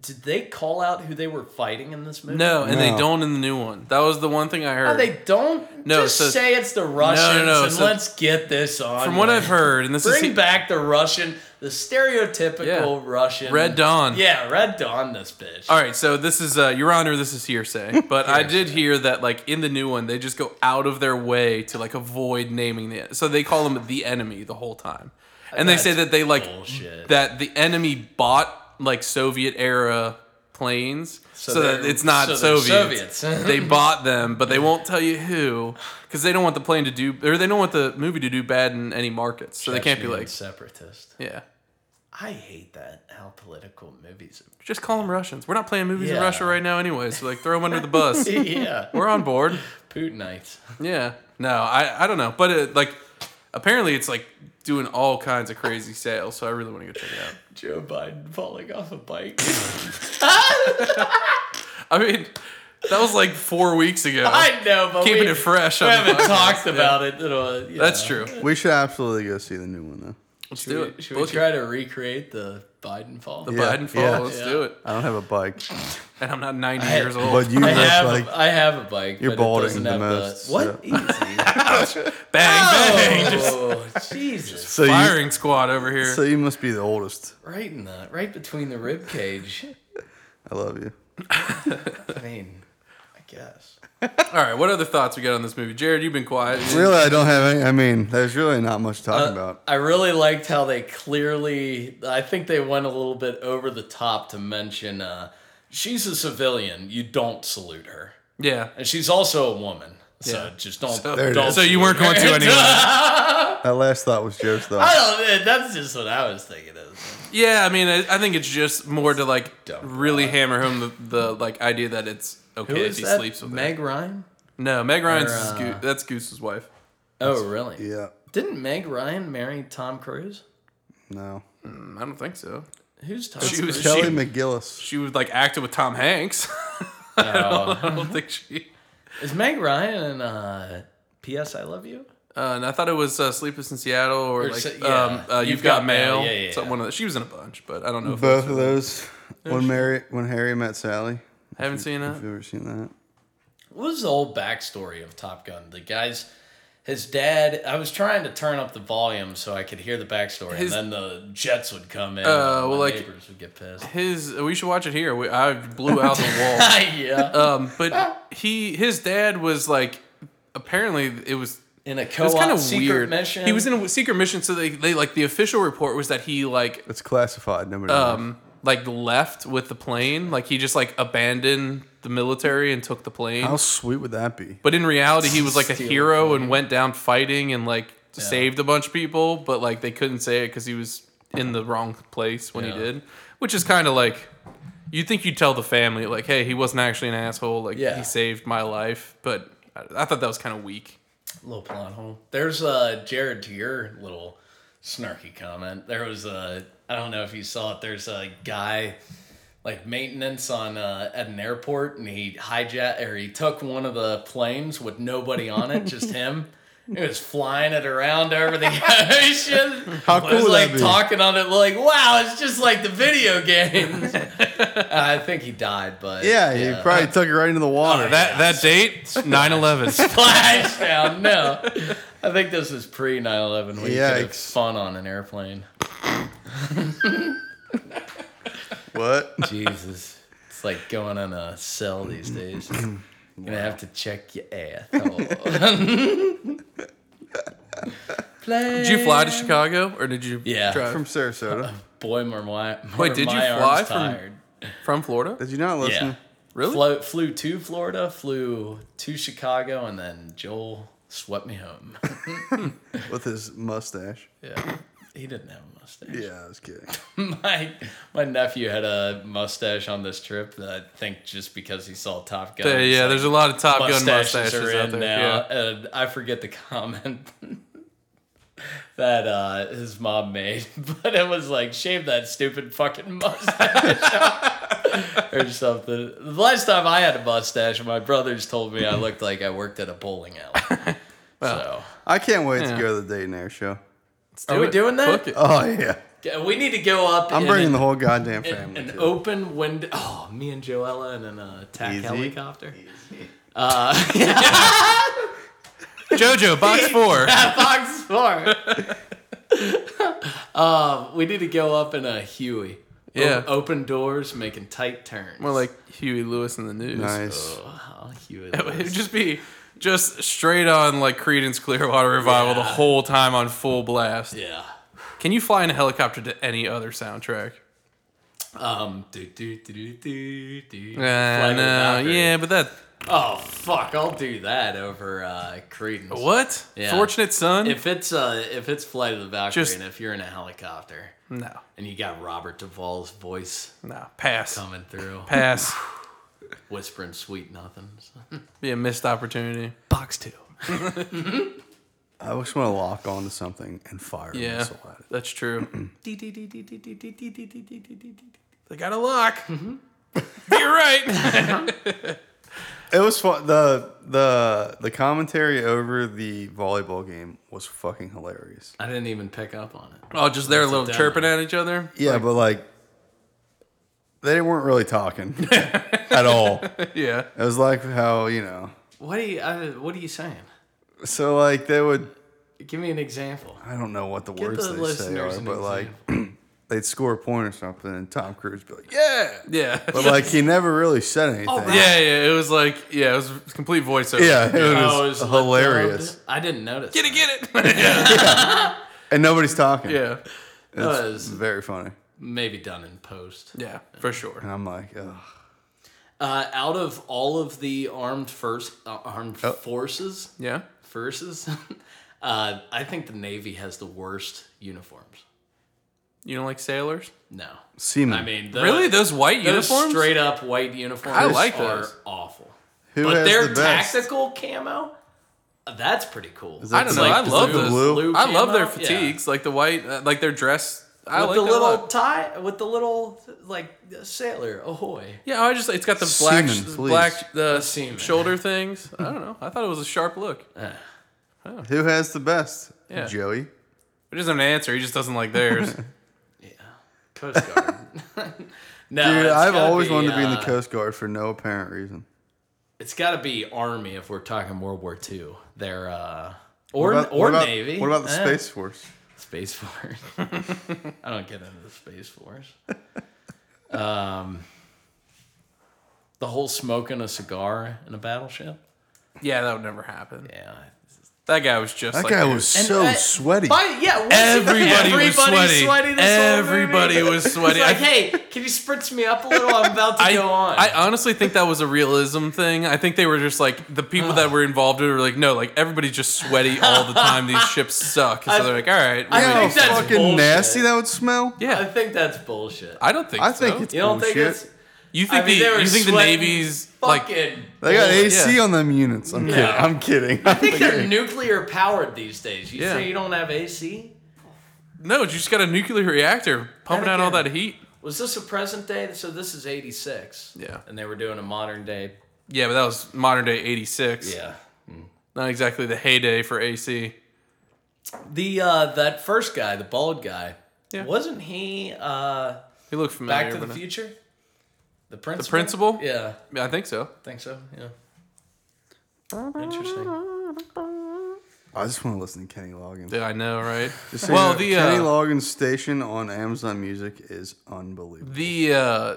Did they call out who they were fighting in this movie?
No, and they
No.
don't in the new one. That was the one thing I heard.
No, Oh, they don't.
No,
just
so-
say it's the Russians
No, no, no,
and
so-
let's get this on.
From what
with.
I've heard, and this
bring
is
back the Russian, the stereotypical
Yeah.
Russian
Red Dawn.
Yeah, Red Dawn. This bitch.
All right, so this is uh, Your Honor. This is hearsay, but I did hear that like in the new one, they just go out of their way to like avoid naming the. So they call them the enemy the whole time, and they say that
That's
they like
bullshit.
that the enemy bought like Soviet era planes, so, that
they're-
it's not
so they're
Soviet.
Soviets.
they bought them, but they won't tell you who because they don't want the plane to do or they don't want the movie to do bad in any markets. So they can't be
Chechen
like,
separatist.
yeah,
I hate that how political movies. Are.
just call them Russians. We're not playing movies in
Yeah.
Russia right now anyway. So like throw them under the bus.
yeah,
We're on board.
Putinites.
Yeah. No, I, I don't know. But it, like, apparently it's like doing all kinds of crazy sales. So I really want to go check it out.
Joe Biden falling off a bike.
I mean, that was like four weeks ago.
I know, but
Keeping
we,
it fresh.
We
on the
haven't
podcast.
talked
Yeah.
about it. at all, you
That's
know.
true.
We should absolutely go see the new one though.
Let's
Should
do
we,
it.
Should we
Book it.
try to recreate the Biden fall?
The
Yeah,
Biden fall.
yeah.
Let's
Yeah.
do it.
I don't have a bike,
And I'm not 90
I-
years old.
but you
I
look
have,
like
a, I have a bike.
You're
but it
balding
doesn't
the
have
most,
what? Easy.
bang, bang. Just
oh, Jesus!
so you,
firing squad over here.
so you must be the oldest.
Right in the right between the rib cage.
I love you.
I mean, I guess.
all right. What other thoughts we got on this movie? Jared, you've been quiet.
Really, I don't have any. I mean, there's really not much to talk
Uh,
about.
I really liked how they clearly. I think they went a little bit over the top to mention uh, she's a civilian. You don't salute her,
Yeah.
and she's also a woman. So
Yeah.
just don't.
So-
There it
don't
is.
So you weren't
salute
going to
her.
anyway.
That last thought was Joe's thought.
I don't. eh, That's just what I was thinking of.
Yeah, I mean, I, I think it's just more to like
Dumb
really hammer home the, the like idea that it's okay if he sleeps with her.
Meg Ryan.
No, Meg Ryan's
Or,
is
uh,
Goo- that's Goose's wife.
Oh, really?
Yeah,
Didn't Meg Ryan marry Tom Cruise?
no.
Mm, I don't think so.
Who's Tom
She
Cruise?
was
Kelly
she,
McGillis.
she was like acted with Tom Hanks.
Oh.
I don't think she.
Is Meg Ryan in uh, P.S. I Love You?
Uh, and I thought it was uh, Sleepless in Seattle or,
Or
like
so-
um,
yeah.
uh, You've, Got, Mail.
Yeah, yeah,
Some-
yeah.
one of the, she was in a bunch, but I don't know. If
Both
those-
of those. When Mary, when Harry met Sally.
haven't seen
Have
that.
you ever seen that?
What was the whole backstory of Top Gun? The guys, his dad. I was trying to turn up the volume so I could hear the backstory,
His-
and then the jets would come in.
Uh, well,
and my
like-
neighbors would get pissed.
His we should watch it here. We, I blew out the wall.
yeah,
Um, but he his dad was like apparently it was
in a
it
co-op
was kind of
secret
weird.
mission.
He was in a secret mission, so they, they like the official report was that he like
It's classified. Nobody. knows.
um like left with the plane like he just like abandoned the military and took the plane
How sweet would that be?
but in reality he was like a
Steal the
hero and went down fighting and like saved a bunch of people but like they couldn't say it because he was in the wrong place when
Yeah.
he did which is kind of like you think you tell the family like hey he wasn't actually an asshole like
Yeah.
he saved my life but i, I thought that was kind of weak
little plot hole. There's uh Jared to your little snarky comment. There was a I don't know if you saw it. There's a guy like maintenance on uh, at an airport, and he hijacked or he took one of the planes with nobody on it, just him. It was flying it around over the ocean.
How
I
cool
was
would
like
that be?
talking on it, like, "Wow, it's just like the video games." I think he died, but
Yeah, he probably took it right into the water.
that that date 9-11
flash down. No, I think this is pre 9 11 when you could have
Yikes.
fun on an airplane.
what?
Jesus. It's like going on a cell these days. You're gonna have to check your asshole.
did you fly to chicago or did you
Yeah.
drive
From Sarasota.
Boy, more my, more
Wait, did you
my
fly
arm's
from-
tired.
from florida
Did you not listen?
Yeah.
Really?
Flew, flew to Florida, flew to Chicago, and then Joel swept me home.
With his mustache.
Yeah. He didn't have a mustache.
Yeah, I was kidding.
My my nephew had a mustache on this trip. that I think just because he saw Top Gun.
Yeah,
he's
yeah,
like,
there's a lot of Top Gun
mustaches
mustaches
are
out
in
there.
now,
Yeah.
and I forget the comment that uh, his mom made, but it was like shave that stupid fucking mustache. off." or something. The last time I had a mustache, my brothers told me I looked like I worked at a bowling alley. so
I can't wait to go to the Dayton Air Show.
Are we doing that?
Book it.
Oh yeah,
Yeah, we need to go up.
I'm
in
bringing
an,
the whole goddamn
in
family.
an
too.
open window. Oh, me and Joella in an uh, attack
Easy.
helicopter.
Jojo, box four.
Fox Four. um, we need to go up in a Huey.
Yeah.
O- open doors, making tight turns.
More like Huey Lewis in the news.
Nice.
oh, Huey.
It would
Lewis.
just be just straight on like Creedence Clearwater Revival the
Yeah.
whole time on full blast.
yeah.
Can you fly in a helicopter to any other soundtrack?
Um. Do do do do do do.
Uh,
Flight of the
no,
Valkyrie.
yeah, but that
Oh fuck! I'll do that over uh, Credence.
what?
Yeah.
Fortunate son?
If it's uh, if it's Flight of the Valkyrie,
Just-
and if you're in a helicopter,
no,
and you got Robert Duvall's voice
no, pass,
coming through,
pass.
whispering sweet nothings.
Be a missed opportunity.
Box two.
I just want to lock onto something and fire a
Yeah,
missile at it.
that's true. they got a lock. You're right.
It was fun. the the The commentary over the volleyball game was fucking hilarious.
I didn't even pick up on it.
Oh, just there, a little
demo.
chirping at each other.
Yeah, but like they weren't really talking at all. It
Yeah,
was like how you know.
What are you? I, what are you saying?
So like they would.
Give me an example.
I don't know what the
Give
words
the
they say
listeners
are,
an
but like
example.
they'd score a point or something, and Tom Cruise would be like, "Yeah,"
yeah,
but like he never really said anything.
Oh, right.
yeah, yeah. It was like, yeah, it was complete voiceover.
Yeah, it
Oh,
was
it was
hilarious,
lip-dubbed? I didn't notice.
get it, get it. yeah.
and nobody's talking.
yeah,
That
It's
was
very funny.
maybe done in post.
yeah, for sure.
And I'm like, Ugh.
Uh, out of all of the armed first uh, armed
Oh.
forces,
Yeah,
forces, uh, I think the Navy has the worst uniforms.
you don't like sailors?
No,
Seaman.
I mean the,
Really, those white
those
uniforms?
straight up white uniforms.
I like
are
those.
awful,
who
but
has
their
the best?
tactical camo. uh, That's pretty cool.
that
I don't know.
like
I
the
love
blue-
those.
blue?
I love their
camo? Yeah.
fatigues, like the white, uh, like their dress. I like
with the
that a
little
lot.
tie, with the little like sailor ahoy.
Yeah, I just it's got the black
Seaman, please.
black the
Seaman.
shoulder things. I don't know. I thought it was a sharp look.
Uh,
Who has the best?
Yeah.
Joey.
It doesn't an answer. He just doesn't like theirs.
Yeah, Coast Guard. no,
Dude,
Oh, it's
I've
gotta
always wanted to be in the
uh,
Coast Guard for no apparent reason.
It's got to be Army if we're talking World War II. They're uh, or
What about-
or
what about-
Navy.
What about the
Eh,
Space Force?
Space Force? I don't get into the Space Force. Um, the whole smoking a cigar in a battleship.
yeah, that would never happen.
Yeah.
That guy was just
That
like
guy
that.
was
And,
so
uh,
sweaty.
But yeah, was
Everybody, was sweaty.
this whole movie?
Everybody was
It's
sweaty.
like,
I-
hey, can you spritz me up a little? I'm about to
I,
go on.
I uh, honestly think that was a realism thing. I think they were just like the people that were involved were like, no, like everybody's just sweaty all the time. These ships suck. So
I-
they're like, all right,
I
we're
How
gonna-
think that's
fucking
bullshit.
nasty that would smell.
I
yeah.
think that's bullshit.
I don't think.
I think
so.
it's
you don't think
bullshit.
it's
You think
I mean, they
the
were
you think the
sweating
Navy's like
fucking?
They got
bullshit.
AC on them units. I'm kidding. I'm kidding.
I think they're nuclear powered these days. You
Yeah.
say you don't have AC?
no, you just got a nuclear reactor pumping out all that heat.
Was this a present day? So this is '86.
Yeah.
and they were doing a modern day.
Yeah, but that was modern day '86.
Yeah.
not exactly the heyday for AC.
The uh, that first guy, the bald guy,
Yeah.
wasn't he uh,
He looked familiar.
Back to the
but-
Future? The principal.
principal?
Yeah,
Yeah, I think so.
I think so. Yeah. Interesting.
I just want to listen to Kenny Loggins.
Yeah, I know, right?
Just so
Well,
you
the
know,
uh,
Kenny Loggins station on Amazon Music is unbelievable.
the uh,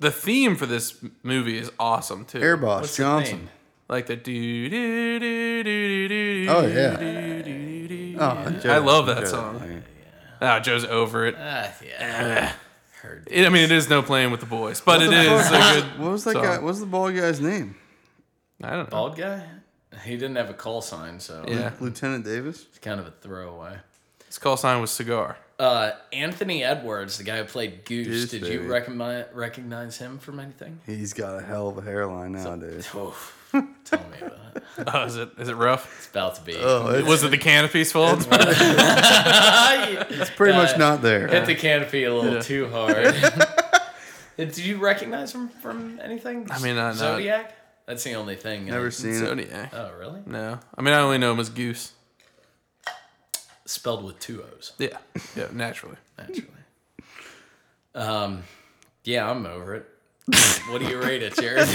the theme for this m- movie is awesome too.
Airboss
What's his
Johnson.
name?
like the do do do do do do.
Oh, yeah. Oh, Joe-
I love that
Joe-
song. Ah, Joe's over it.
Ah, yeah. Heard.
It- I mean, it is no playing with the boys, but it
the
is
fuck?
a good.
What was that
song.
guy? What was the bald guy's name?
I don't know.
Bald guy. He didn't have a call sign, so
Yeah,
Lieutenant Davis.
it's kind of a throwaway.
his call sign was cigar.
Uh, Anthony Edwards, the guy who played Goose,
Goose,
did
baby.
you recognize recognize him from anything?
He's got a hell of a hairline now, dude.
Oof. Tell me about it.
Oh, is it is it rough?
It's about to be.
Oh, it's
Was it the canopy's fault?
it's
pretty much not there.
Hit the canopy a little too hard. Did you recognize him from anything? I
mean, I know-
Zodiac. That's the only thing. I-
Never seen it.
Zodiac.
Oh, really?
No, I mean I only know him as Goose.
Spelled with two O's.
Yeah, yeah, naturally.
Naturally. um, yeah, I'm over it. what do you rate it, Jared?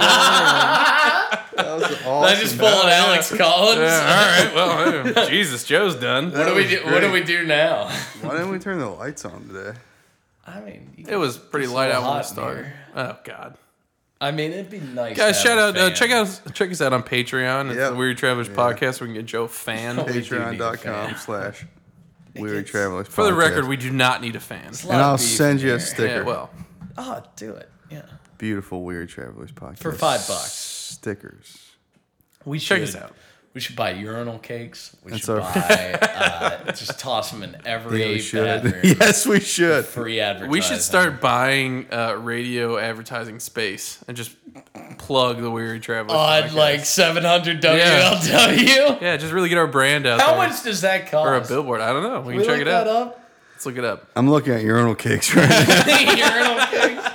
That was
I
awesome.
just pulled Alex Collins.
Yeah, all right. Well, hey, Jesus, Joe's done.
What do we do? What do
great.
we do now?
Why didn't we turn the lights on today?
I mean, you-
It was pretty
It's a
light
little
out when we
hot in
started.
here.
Oh God.
I mean, it'd be nice.
Guys,
to
shout
have
out,
a
uh,
fan.
check out, check us out on Patreon. It's
Yeah.
the Weird Travelers Podcast. We can get Joe a fan.
Oh, We do need a
Patreon.com
fan.
slash Weird
gets-
Travelers.
For the record,
Podcast.
we do not need a fan.
It's a lot
and
of
I'll
beef
send you
there.
a sticker.
Yeah, well,
Oh, do it. Yeah,
Beautiful Weird Travelers podcast
for five bucks.
stickers.
We should,
check us out.
We should buy urinal cakes. We
That's
should
our-
buy uh, just toss them in
Yeah, we
every
should.
bathroom.
yes, we should.
Free advertising.
We should start buying uh, radio advertising space and just plug the Weary Travelers.
on
podcast.
Oh, like 700
Yeah.
WLW.
yeah, just really get our brand out
How
there.
much does that cost?
or a billboard? I don't know. We can
Can we
check it
look
out.
that up.
Let's look it up.
I'm looking at urinal cakes right now.
Urinal cakes.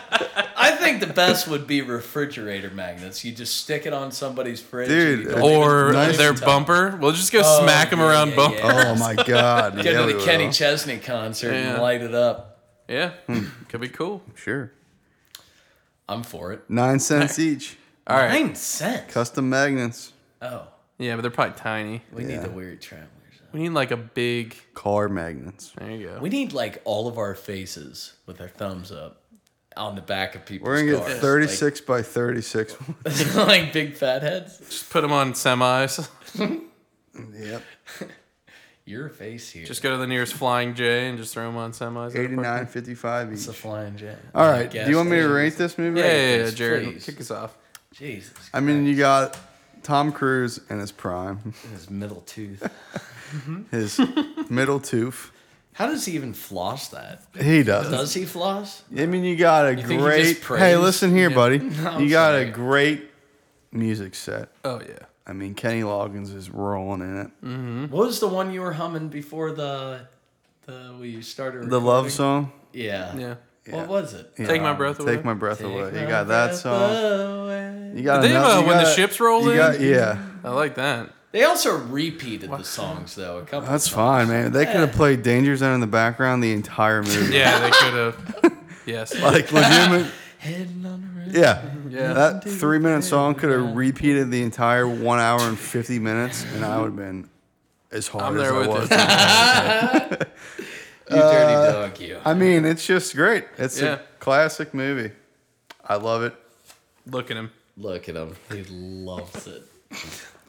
I think the best would be refrigerator magnets. You just stick it on somebody's fridge, and
Dude,
you
uh,
go-
Or
nice
their
touch.
bumper. We'll just go
Oh,
smack them
yeah,
around
yeah,
bumper.
Oh
yeah.
my god.
get
yeah,
to
we
the Kenny
will.
Chesney concert and
Yeah.
light it up.
Yeah, Hmm. could be cool.
Sure.
I'm for it.
Nine cents each.
All right.
Nine cents.
Custom magnets.
Oh,
Yeah, but they're probably tiny.
we
Yeah.
need the weird travelers.
We need like a big.
Car magnets.
There you go.
We need like all of our faces with our thumbs up on the back of people's
We're gonna
cars,
get 36 by 36.
like, like big fat heads.
Just put them on semis.
yep.
Your face here.
Just go to the nearest Flying J and just throw them on semis.
89, 55 each.
It's a flying jet.
All right. Do
Gas
you want me to
station.
rate this movie?
Yeah, yeah, yeah,
Please,
Jared,
please.
kick us off.
Jesus.
I mean, you got Tom Cruise in his prime,
Christ, his middle tooth.
his middle tooth.
How does he even floss that?
He does.
Does he floss?
I mean, you got a
think he just
great. Hey,
praised?
listen here, buddy.
I'm
you got a
sorry.
great music set.
Oh yeah.
I mean, Kenny Loggins is rolling in it.
Mm, What was the one you were humming before the the we you started?
The love
recording?
song.
Yeah.
Yeah.
What was it?
Yeah.
Take My Breath Away.
Take my breath away.
Take
You
my
got that
breath
song.
away.
You got
Did they have,
another-
uh,
you
When the
got-
Ships Roll
you
In?
got- yeah,
I like that.
They also repeated the songs though a couple.
that's
of
fine, man. They could have
Yeah.
played Danger Zone in the background the entire movie.
Yeah, they could have. yes.
like legitimate.
Heading on the road.
Yeah.
Yeah.
That three minute song could have repeated the entire one hour and 50 minutes, and I would have been as hard
I'm
as
there
I
with
was.
you.
You dirty dog, you.
I mean, it's just great. It's
Yeah.
a classic movie. I love it.
Look at him.
Look at him. He loves it.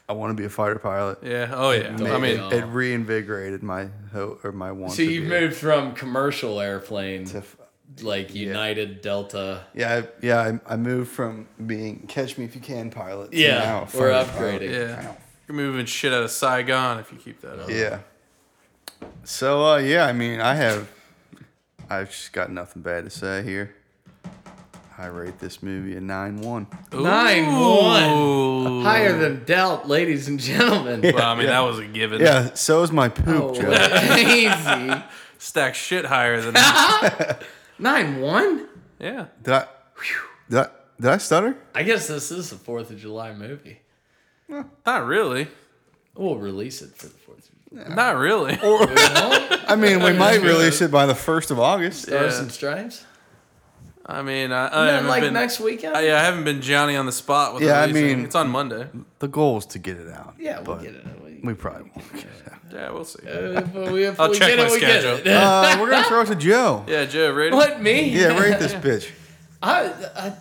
I want to be a fighter pilot.
Yeah. Oh yeah. I mean,
Yeah.
it reinvigorated my ho- or my want.
So
to
you
be a-
moved from commercial airplane to
f-
like United Delta.
Yeah, I, yeah. I, I moved from being catch me if you can pilot. to
Yeah,
now
we're
fighter
upgrading.
yeah. You're moving shit out of Saigon if you keep that up.
pilot. Yeah. So uh, yeah, I mean, I have, I've just got nothing bad to say here. I rate this movie a nine one.
Ooh.
Nine one. Higher than Delt, ladies and gentlemen.
Well, I mean, that was a given.
Yeah, so is my poop,
Oh,
Joe.
Crazy.
Stack shit higher than.
Nine one.
yeah.
Did I, did I, did I stutter?
I guess this is the Fourth of July movie.
Not really.
We'll release it for the Fourth. of
Not really.
July.
I mean, we might release it by the first of August.
Stars
Yeah.
and Stripes.
I mean, I, I
And
haven't
like
been.
next weekend.
I, yeah, I haven't been Johnny on the spot with.
Yeah, I
releasing.
mean-
it's on Monday.
The goal is to get it out.
yeah, we'll
but
get it. We,
We probably won't get it out.
Yeah, we'll see.
if we, if
I'll
we
check
get
my
it, we get
schedule.
it.
Uh, we're gonna throw it to Joe.
Yeah, Joe, ready?
What me?
Yeah, rate this bitch.
I, I,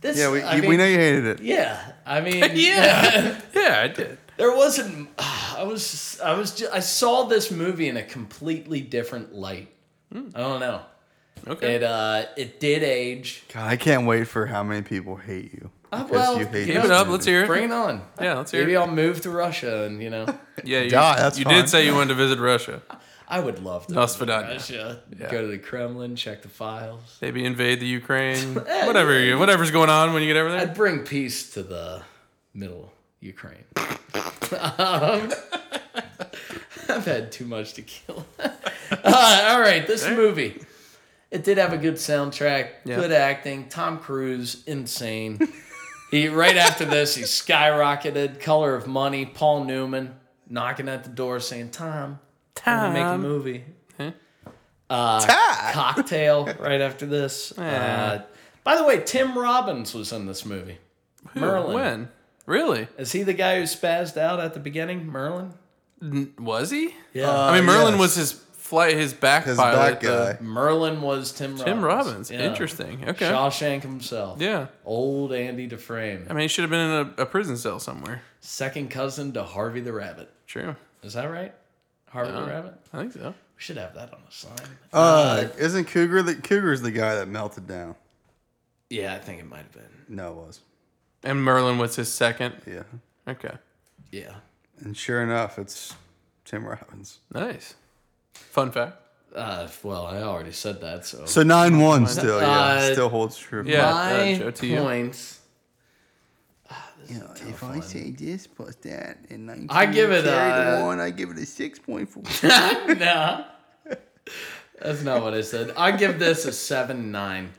this.
Yeah, we,
I
you-
mean,
we know you hated it.
Yeah, I mean,
Yeah. Yeah, I did.
There wasn't. I was. I was. Just, I saw this movie in a completely different light. I don't know.
Hmm. Okay.
It uh, it did age.
God, I can't wait for how many people hate you
Uh,
because
well,
you hate
keep
Keep
this
it up.
movie.
Let's hear it.
Bring it on.
Yeah, let's hear
Maybe
it.
I'll move to Russia, and you know,
Yeah, you,
Die, that's
you
fine.
did say you wanted to visit Russia.
I would love to.
Nostradamus.
move to Russia.
Yeah.
Go to the Kremlin, check the files.
Maybe invade the Ukraine.
Yeah,
Whatever, you, whatever's going on when you get over there.
I'd bring peace to the middle Ukraine. um, I've had too much to kill. uh, all right, this movie. It did have a good soundtrack,
Yeah.
good acting. Tom Cruise, insane. he right after this, he skyrocketed. Color of Money. Paul Newman knocking at the door saying, "Tom, time to make a
Tom.
movie."
Ah!
Cocktail. right after this. Uh, by the way, Tim Robbins was in this movie. Merlin.
When? Really?
Is he the guy who spazzed out at the beginning? Merlin.
Was he?
Yeah.
I mean,
Uh,
Merlin
yes.
was his flight, his back
His
pilot. uh,
back
the-
guy.
Merlin was Tim.
Tim Robbins.
Yeah.
Interesting. Okay.
Shawshank himself.
Yeah.
Old Andy Dufresne.
I mean, he should have been in a, a prison cell somewhere.
Second cousin to Harvey the Rabbit.
True.
Is that right? Harvey
Uh-huh.
the Rabbit?
I think so.
We should have that on the sign.
Uh, isn't Cougar the Cougar's the guy that melted down?
Yeah, I think it might have been.
No, it was.
And Merlin was his second.
Yeah.
Okay.
Yeah.
And sure enough, it's Tim Robbins.
Nice. Fun fact.
Uh, well, I already said that, so.
So nine one still, yeah,
Uh,
still holds true.
Yeah.
My
uh, Joe, to you.
points.
You know, if I say this plus that and nineteen,
I give it
carry
a-
the one. I give it a six point four.
nah. That's not what I said. I give this a 7 9.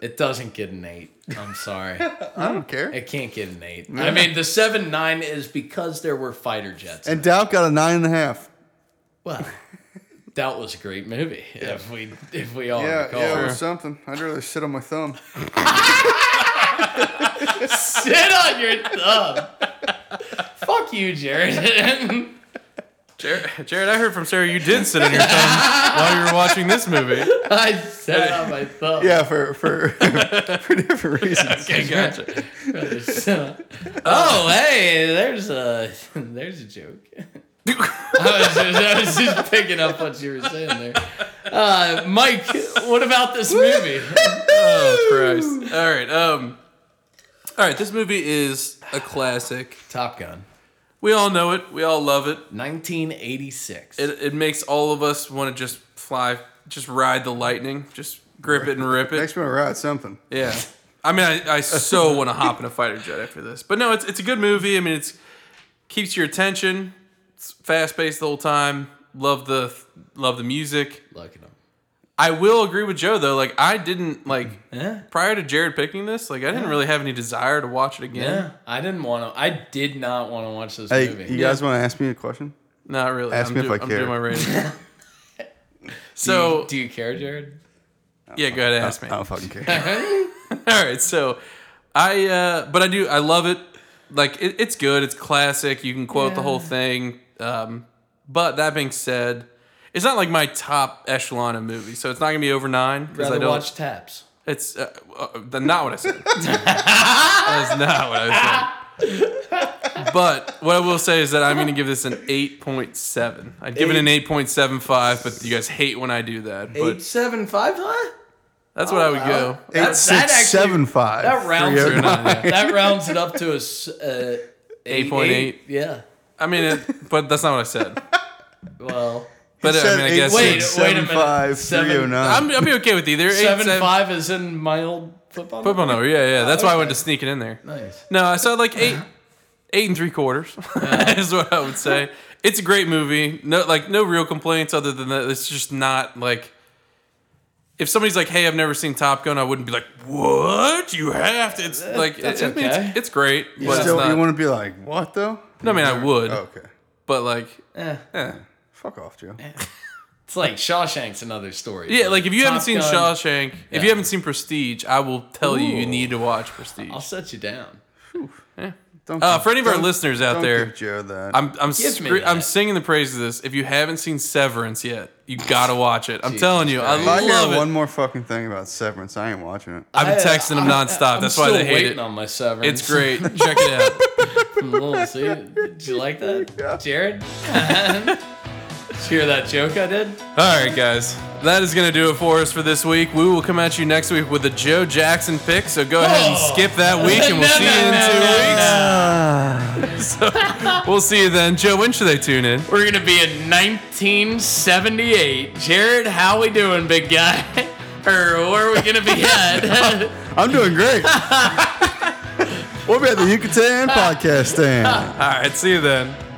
It doesn't get an 8. I'm sorry.
I don't care.
It can't get an 8. I mean, the 7 9 is because there were fighter jets.
And Doubt got a nine and a half.
Well, that was a great movie. If we if we all
Yeah,
recall,
yeah, it was something. I'd rather sit on my thumb.
sit on your thumb. Fuck you, Jared.
Jared, Jared, I heard from Sarah you did sit on your thumb while you were watching this movie.
I sat on my thumb.
Yeah, for for for different reasons.
Okay, gotcha.
oh, hey, there's a there's a joke. I was, just, I was just picking up what you were saying there. Uh, Mike, what about this movie?
Oh Christ! All right, um, all right. This movie is a classic.
Top Gun,
We all know it. We all love it.
1986.
It, it makes all of us want to just fly, just ride the lightning, just grip it and rip it.
Next one, I ride something.
Yeah. I mean, I, I so want to hop in a fighter jet after this, but no, it's it's a good movie. I mean, it's keeps your attention. It's fast paced the whole time. Love the love the music.
Look at him.
I will agree with Joe though. Like I didn't like
Yeah.
prior to Jared picking this. Like I didn't really have any desire to watch it again.
Yeah, I didn't want to. I did not want to watch this
Hey,
movie.
you guys want to ask me a question?
Not really.
Ask
I'm
me if
do-
I
I'm
care.
doing my rating.
Do you-
so
do you care, Jared?
yeah, go ahead and ask me.
I don't fucking care.
All right, so I uh but I do I love it. Like it, it's good. It's classic. You can quote the whole thing. Um, but that being said, it's not like my top echelon of movies, so it's not gonna be over nine because
Rather
I don't.
watch Taps.
It's uh, uh, that's not what I said. that's not what I said. But what I will say is that I'm going to give this an 8.7. I'd give it an 8.75, but you guys hate when I do that.
Eight Oh,
But
seven five, huh?
that's what I would go.
Eight
that
six
actually-
seven five. oh
That rounds
Fair
it up.
enough, oh yeah.
That rounds it up to a s- uh, eight
8.8.
Yeah.
I mean, it, but that's not what I said.
Well,
But I mean, I guess
Wait,
it's-
wait a minute. Seven-
oh
I'm I'll be okay with either. Eight,
seven,
seven, five.
five is in my old football.
Football number, yeah, yeah. That's why I went to sneak it in there.
Nice.
No, so like eight, eight and three quarters is what I would say. It's a great movie. No, like no real complaints other than that. It's just not like if somebody's like, "Hey, I've never seen Top Gun," I wouldn't be like, "What? You have to?" It's like
that's
it- I mean,
okay.
it's, it's great,
You,
but it's
still, you
not.
want to be like what though?
no, I mean, I would,
Oh, okay.
but like,
Eh.
eh.
Fuck off, Joe.
It's like Shawshank's another story.
yeah, like if you
Top
haven't seen
Gun,
Shawshank, if
Yeah.
you haven't seen Prestige, I will tell you
Ooh.
you need to watch Prestige.
I'll set you down.
Don't
Uh,
give-
for any of our
don't-
listeners out
don't
there,
give Joe that.
I'm I'm
Give me
scre- I'm
that.
singing the praise of this. If you haven't seen Severance yet, you gotta watch it. I'm telling you, I
if I
love
hear
it.
one more fucking thing about Severance, I ain't watching it.
I've been texting them nonstop.
I'm
That's why
still
they hate
waiting
it.
on my severance.
It's great. Check it out.
Well, Oh, see, did you like that, Jared? Did you hear that joke I did?
All right, guys, that is gonna do it for us for this week. We will come at you next week with a Joe Jackson pick. So go ahead and
Oh.
skip that week, and we'll
No,
see
no,
you in
no,
two
no,
weeks. We'll see you then, Joe. When should they tune in?
We're gonna be in 1978. Jared, how we doing, big guy? or where are we gonna be at?
I'm doing great. we'll be at the Yucatan podcast stand.
All right, see you then.